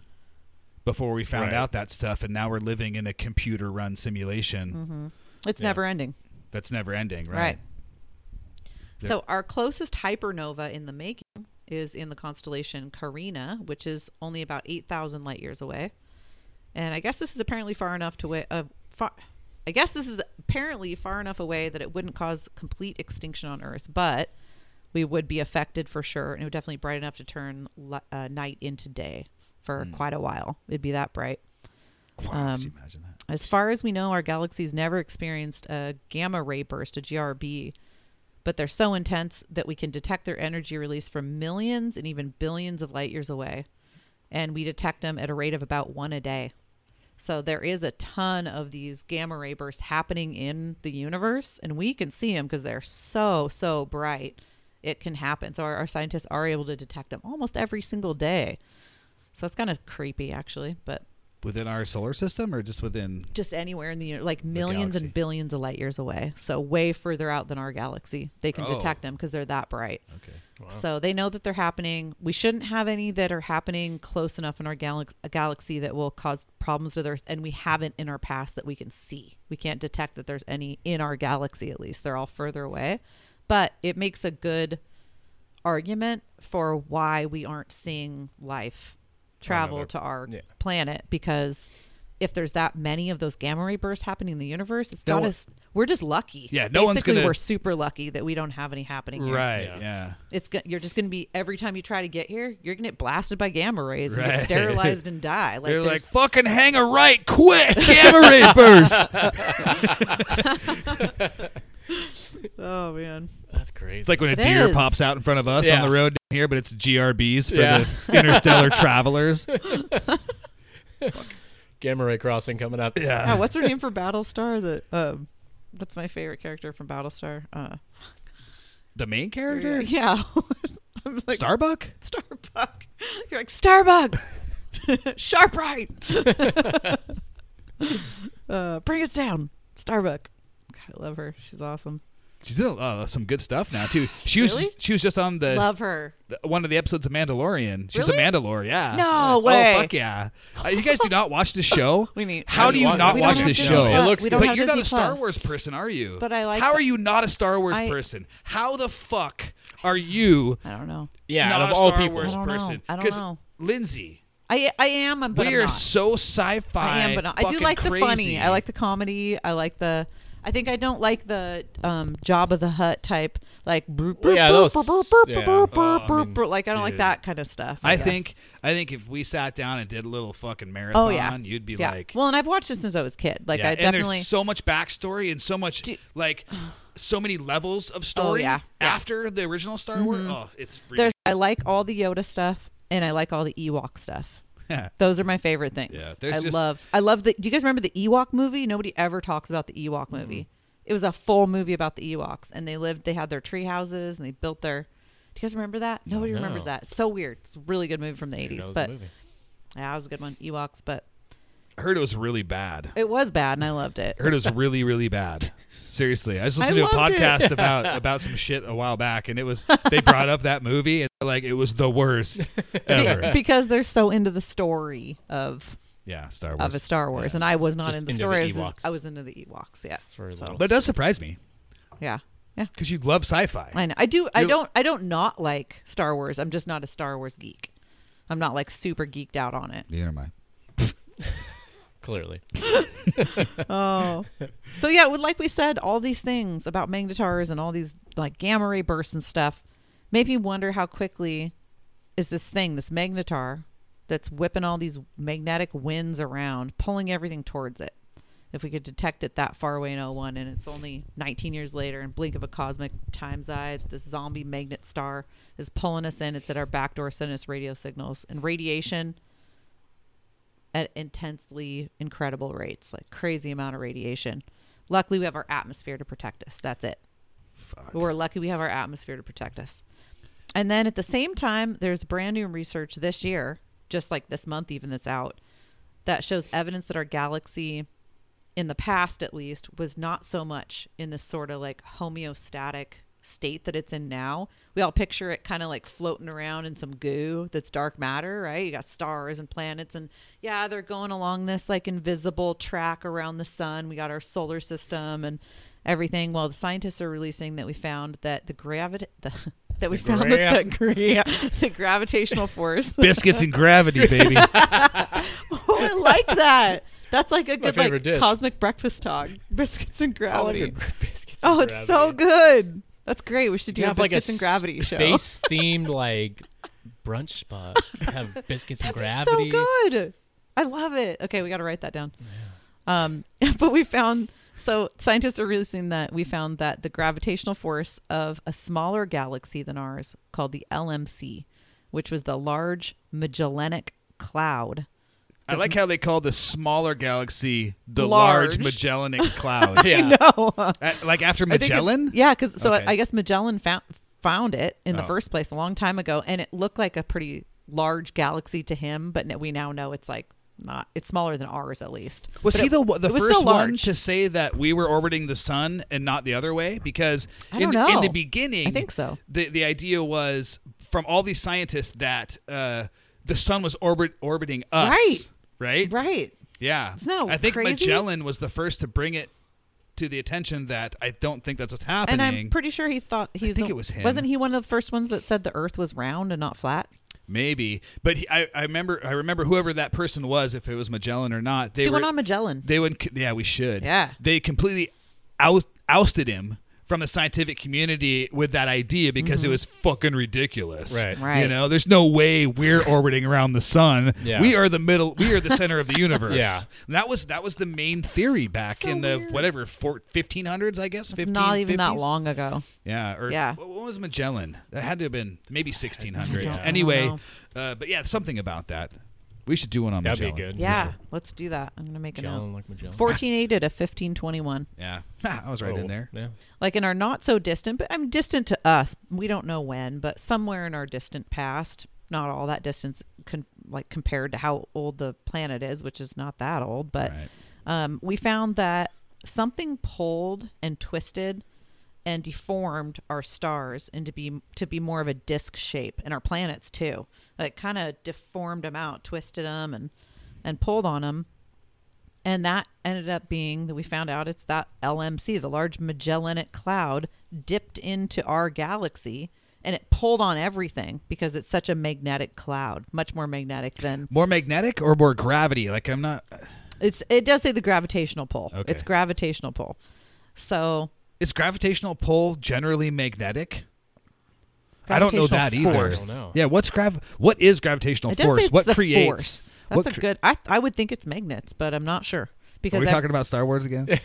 before we found
Right.
out that stuff and now we're living in a computer run simulation
It's
Yeah.
never ending.
that's never ending right,
Mm-hmm. Right.
Yep.
So our closest hypernova in the making is in the constellation Carina, which is only about 8,000 light years away. And I guess this is apparently far enough to way uh, far I guess this is apparently far enough away that it wouldn't cause complete extinction on Earth, but we would be affected for sure, and it would definitely be bright enough to turn li- uh, night into day for
Hmm.
quite a while. It'd be that bright.
Wow, could you
Um,
imagine that
As far as we know, our galaxy's never experienced a gamma ray burst, a GRB, but they're so intense that we can detect their energy release from millions and even billions of light years away. And we detect them at a rate of about one a day. So there is a ton of these gamma ray bursts happening in the universe, and we can see them because they're so, so bright. It can happen. So our, our scientists are able to detect them almost every single day. So that's kind of creepy, actually, but
within our solar system or just within
just anywhere in the uni- like millions
galaxy.
and billions of light years away so way further out than our galaxy they can
Oh.
detect them because they're that bright
okay
so they know that they're happening we shouldn't have any that are happening close enough in our galax- galaxy that will cause problems to the earth and we haven't in our past that we can see we can't detect that there's any in our galaxy at least they're all further away but it makes a good argument for why we aren't seeing life travel
Another-
to our
yeah.
planet because if there's that many of those gamma ray bursts happening in the universe, it's
No
got
one-
us. We're just lucky.
Yeah, no one's
Basically,
gonna-
We're super lucky that we don't have any happening. Here.
right yeah,
Yeah.
It's go- you're just going to be every time you try to get here, you're going to get blasted by gamma rays and
Right.
get sterilized and die. Like,
they're like
there's-
fucking hang a right quick gamma ray burst
oh man,
That's crazy.
it's like when a
It
deer
is.
pops out in front of us on
Yeah.
the road down here but it's grbs for
Yeah.
the interstellar travelers
gamma ray crossing coming up.
yeah
Oh, what's her name for Battlestar? That um, what's my favorite character from Battlestar? Uh,
the main character
yeah, I'm like,
starbuck
Starbuck. You're like Starbuck. Sharp right. uh, bring us down, Starbuck. God, I love her. She's awesome.
she's in uh, some good stuff now too she was
Really?
she was just on the
love her.
th- one of the episodes of Mandalorian. She's
Really?
a Mandalore, yeah.
No
Yes.
way.
Oh fuck yeah! Uh, you guys do not watch this show.
We need.
How
I
do you
watch-
not
we don't
watch
have
this
Disney
show?
Plus. It looks
we
good.
don't
but
have
you're not
Disney
a Star
Plus.
Wars person, are you?
But I like
How
the-
are you not a Star Wars
I-
person? How the fuck are you
I don't know.
Yeah,
not
out
a
of all
Star
people.
Wars
I don't know.
person?
I don't know.
Lindsay,
I I am, but
we
I'm
are
not.
so sci-fi.
I am, but not. I do
fucking
like the funny.
crazy.
I like the comedy. I like the. I think I don't like the um, Job of the Hut type, like broop,
Well,
broop,
yeah,
broop,
those-
broop, broop,
yeah.
broop,
Oh,
broop,
I
broop,
mean,
broop. like I don't like
dude.
that kind of stuff.
I
guess.
think I think if we sat down and did a little fucking marathon,
Oh yeah,
you'd be
Yeah.
like,
well, and I've watched it since I was a kid. Like
yeah.
I
and
definitely,
there's so much backstory and so much
Dude. Oh,
like so many levels of story
yeah, yeah. Mm-hmm.
after the original Star Wars. Oh, it's
there's
ridiculous.
I like all the Yoda stuff and I like all the Ewok stuff.
yeah.
Those are my favorite things.
Yeah, there's
I
just-
love. I love the. Do you guys remember the Ewok movie? Nobody ever talks about the Ewok movie. It was a full movie about the Ewoks, and they lived. They had their tree houses, and they built their. Do you guys remember that? Nobody
No.
remembers that. It's so weird. It's a really good movie from the
That
eighties,
was the
but
movie.
yeah, it was a good one. Ewoks, but
I heard it was really bad.
it was bad, and I loved it.
I heard it was really really bad. Seriously, I was listening to a
loved it.
podcast about about some shit a while back, and it was they brought up that movie and like it was the worst ever.
because they're so into the story of
yeah, Star Wars.
of a Star Wars,
Yeah.
and I was not
Just
into the
into the
story. I was-
Ewoks.
I was into the Ewoks. Yeah.
For a
so
little-
But it does surprise me
yeah, yeah.
because you love sci-fi.
I know. I do. I
You-
don't. I don't not like Star Wars. I'm just not a Star Wars geek. I'm not like super geeked out on it.
Neither am I.
Clearly.
Oh, so yeah. Well, like we said, all these things about magnetars and all these like gamma ray bursts and stuff made me wonder how quickly is this thing, this magnetar, that's whipping all these magnetic winds around, pulling everything towards it. If we could detect it that far away in 01 and it's only 19 years later and blink of a cosmic time's eye, this zombie magnet star is pulling us in. It's at our back door sending us radio signals and radiation at intensely incredible rates, like crazy amount of radiation. Luckily, we have our atmosphere to protect us. That's it. We're lucky we have our atmosphere to protect us. And then at the same time, there's brand new research this year, just like this month, even that's out, that shows evidence that our galaxy, in the past at least, was not so much in this sort of like homeostatic state that it's in now. We all picture it kind of like floating around in some goo that's dark matter, right? You got stars and planets, and yeah, they're going along this like invisible track around the sun. We got our solar system and everything. Well, the scientists are releasing that we found that the gravity, the that we found that the, gra- the gravitational force
Biscuits and gravity, baby.
Oh, I like that. That's like a
my
good like
favorite dish.
cosmic breakfast talk. Biscuits and
Oh,
I like
gravity.
your biscuits and
oh, it's so
gravity.
good. That's great. We should do
You
a
have like a
biscuits and gravity show.
space themed like brunch spot. You have biscuits and
That's
gravity.
So good. I love it. Okay, we got to write that down. Um, but we found so scientists are releasing that we found that the gravitational force of a smaller galaxy than ours called the LMC, which was the Large Magellanic Cloud.
I like how they call the smaller galaxy the large,
Large.
Magellanic Cloud.
Yeah.
Uh, like after
I think it's-
Magellan?
Yeah, because so
Okay.
I guess Magellan found found it in the
Oh.
first place a long time ago, and it looked like a pretty large galaxy to him, but no- we now know it's like not it's smaller than ours at least.
Was
But
he
it-
the the
it was
first
so
one
large.
to say that we were orbiting the sun and not the other way? Because
I
in,
don't
the- in the
know.
beginning,
I think so.
The the idea was from all these scientists that uh, the sun was orbit orbiting us,
Right.
Right,
right?
Yeah,
Isn't that
I think
crazy?
Magellan was the first to bring it to the attention that I don't think that's what's happening.
And I'm pretty sure he thought he was
think
the-
it was him.
Wasn't he one of the first ones that said the Earth was round and not flat?
Maybe, but he, I, I remember I remember whoever that person was, if it was Magellan or not. They
Do
were
one on Magellan.
They would, yeah, we should.
Yeah.
they completely out, ousted him from the scientific community with that idea because it was fucking ridiculous.
Right.
Mm-hmm. Right.
You know, there's no way we're orbiting around the sun.
Yeah.
We are the middle. We are the center of the universe.
Yeah.
And that was that was the main theory back
So
in the
weird.
whatever four, 1500s, I guess. 15,
not even that long ago.
yeah, or
Yeah.
What, what was Magellan? That had to have been maybe 1600s.
I don't
Anyway,
know.
uh, but yeah, something about that. We should do one on
That'd be
Magellan.
good.
Yeah, let's do that. I'm gonna make a
Magellan,
note.
like Magellan.
1480 to 1521.
Yeah, I was right
Oh,
in there.
Yeah.
like in our not so distant, but I'm distant to us. We don't know when, but somewhere in our distant past, not all that distance, con- like compared to how old the planet is, which is not that old, but
Right.
um, we found that something pulled and twisted and deformed our stars into be to be more of a disc shape and our planets too. Like kind of deformed them out, twisted them, and and pulled on them and that ended up being that we found out it's that LMC, the Large Magellanic Cloud, dipped into our galaxy and it pulled on everything because it's such a magnetic cloud, much more magnetic than
More magnetic or more gravity? Like I'm not.
it's. It does say the gravitational pull.
Okay.
It's gravitational pull, So
Is gravitational pull generally magnetic? I don't know
Gravitational
that either.
force.
I don't know.
Yeah, what's grav? What is gravitational
It does say
force?
it's
What
the
creates?
force. That's
what
a good. I I would think it's magnets, but I'm not sure
Are
because
we
I've-
talking about Star Wars again? Did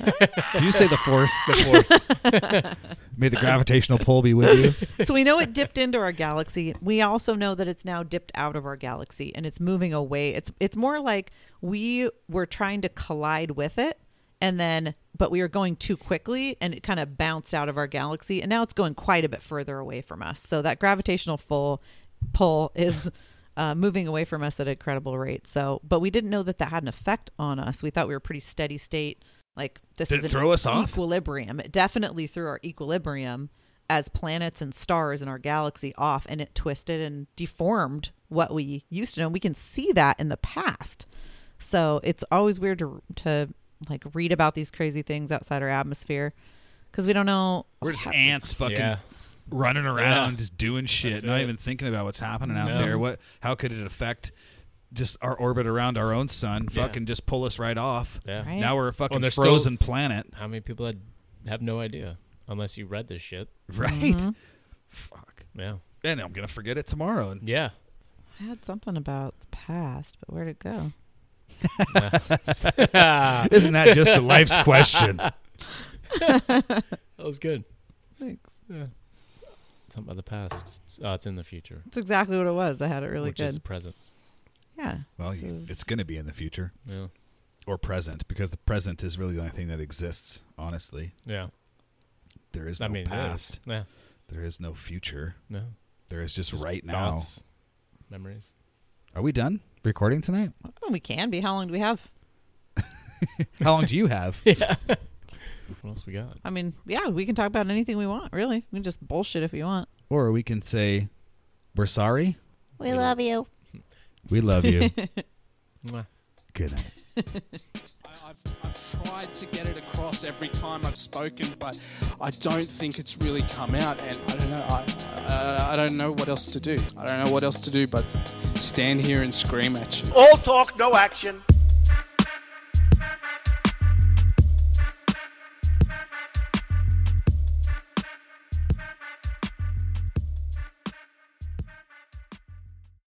you say the force?
The force.
May the gravitational pull be with you.
so we know it dipped into our galaxy. We also know that it's now dipped out of our galaxy and it's moving away. It's it's more like we were trying to collide with it and then but we were going too quickly and it kind of bounced out of our galaxy and now it's going quite a bit further away from us. So that gravitational full pull is uh, moving away from us at an incredible rate. So, but we didn't know that that had an effect on us. We thought we were pretty steady state. Like this
Did
is
it
an
throw us off?
equilibrium. It definitely threw our equilibrium as planets and stars in our galaxy off, and it twisted and deformed what we used to know. And we can see that in the past. So it's always weird to to like read about these crazy things outside our atmosphere because we don't know.
We're just ants fucking
yeah.
running around,
Yeah.
just doing shit,
That's
not
it.
even thinking about what's happening out
No.
there. What? How could it affect just our orbit around our own sun?
Yeah.
Fucking just pull us right off.
Yeah.
Right.
Now we're a fucking
they're still-
frozen planet,
How many people had, have no idea unless you read this shit?
right?
Mm-hmm.
Fuck.
Yeah.
And I'm gonna forget it tomorrow. And
Yeah.
I had something about the past, but where'd it go?
that
isn't that just the life's question?
was good.
Thanks.
Yeah. Something about the past. It's, oh, it's in the future,
That's exactly what it was. I had it really
which
good.
is the present.
yeah.
Well,
This
you-
is-
it's gonna be in the future
Yeah.
or present because the present is really the only thing that exists. Honestly,
Yeah.
there is no
I mean, it is.
past.
Yeah.
There is no future.
No.
There is just,
Just
right
thoughts, Memories.
now. Are we done recording tonight?
Oh, we can be. How long do we have?
How long do you have?
What else we got?
I mean, yeah, we can talk about anything we want, really. We can just bullshit if we want.
or we can say, we're sorry.
We love you.
We love you.
Mwah.
Good night.
I- I've, I've tried to get it across every time I've spoken, but I don't think it's really come out. And I don't know. I, uh, I, I don't know what else to do. I don't know what else to do but stand here and scream at you.
All talk, no action.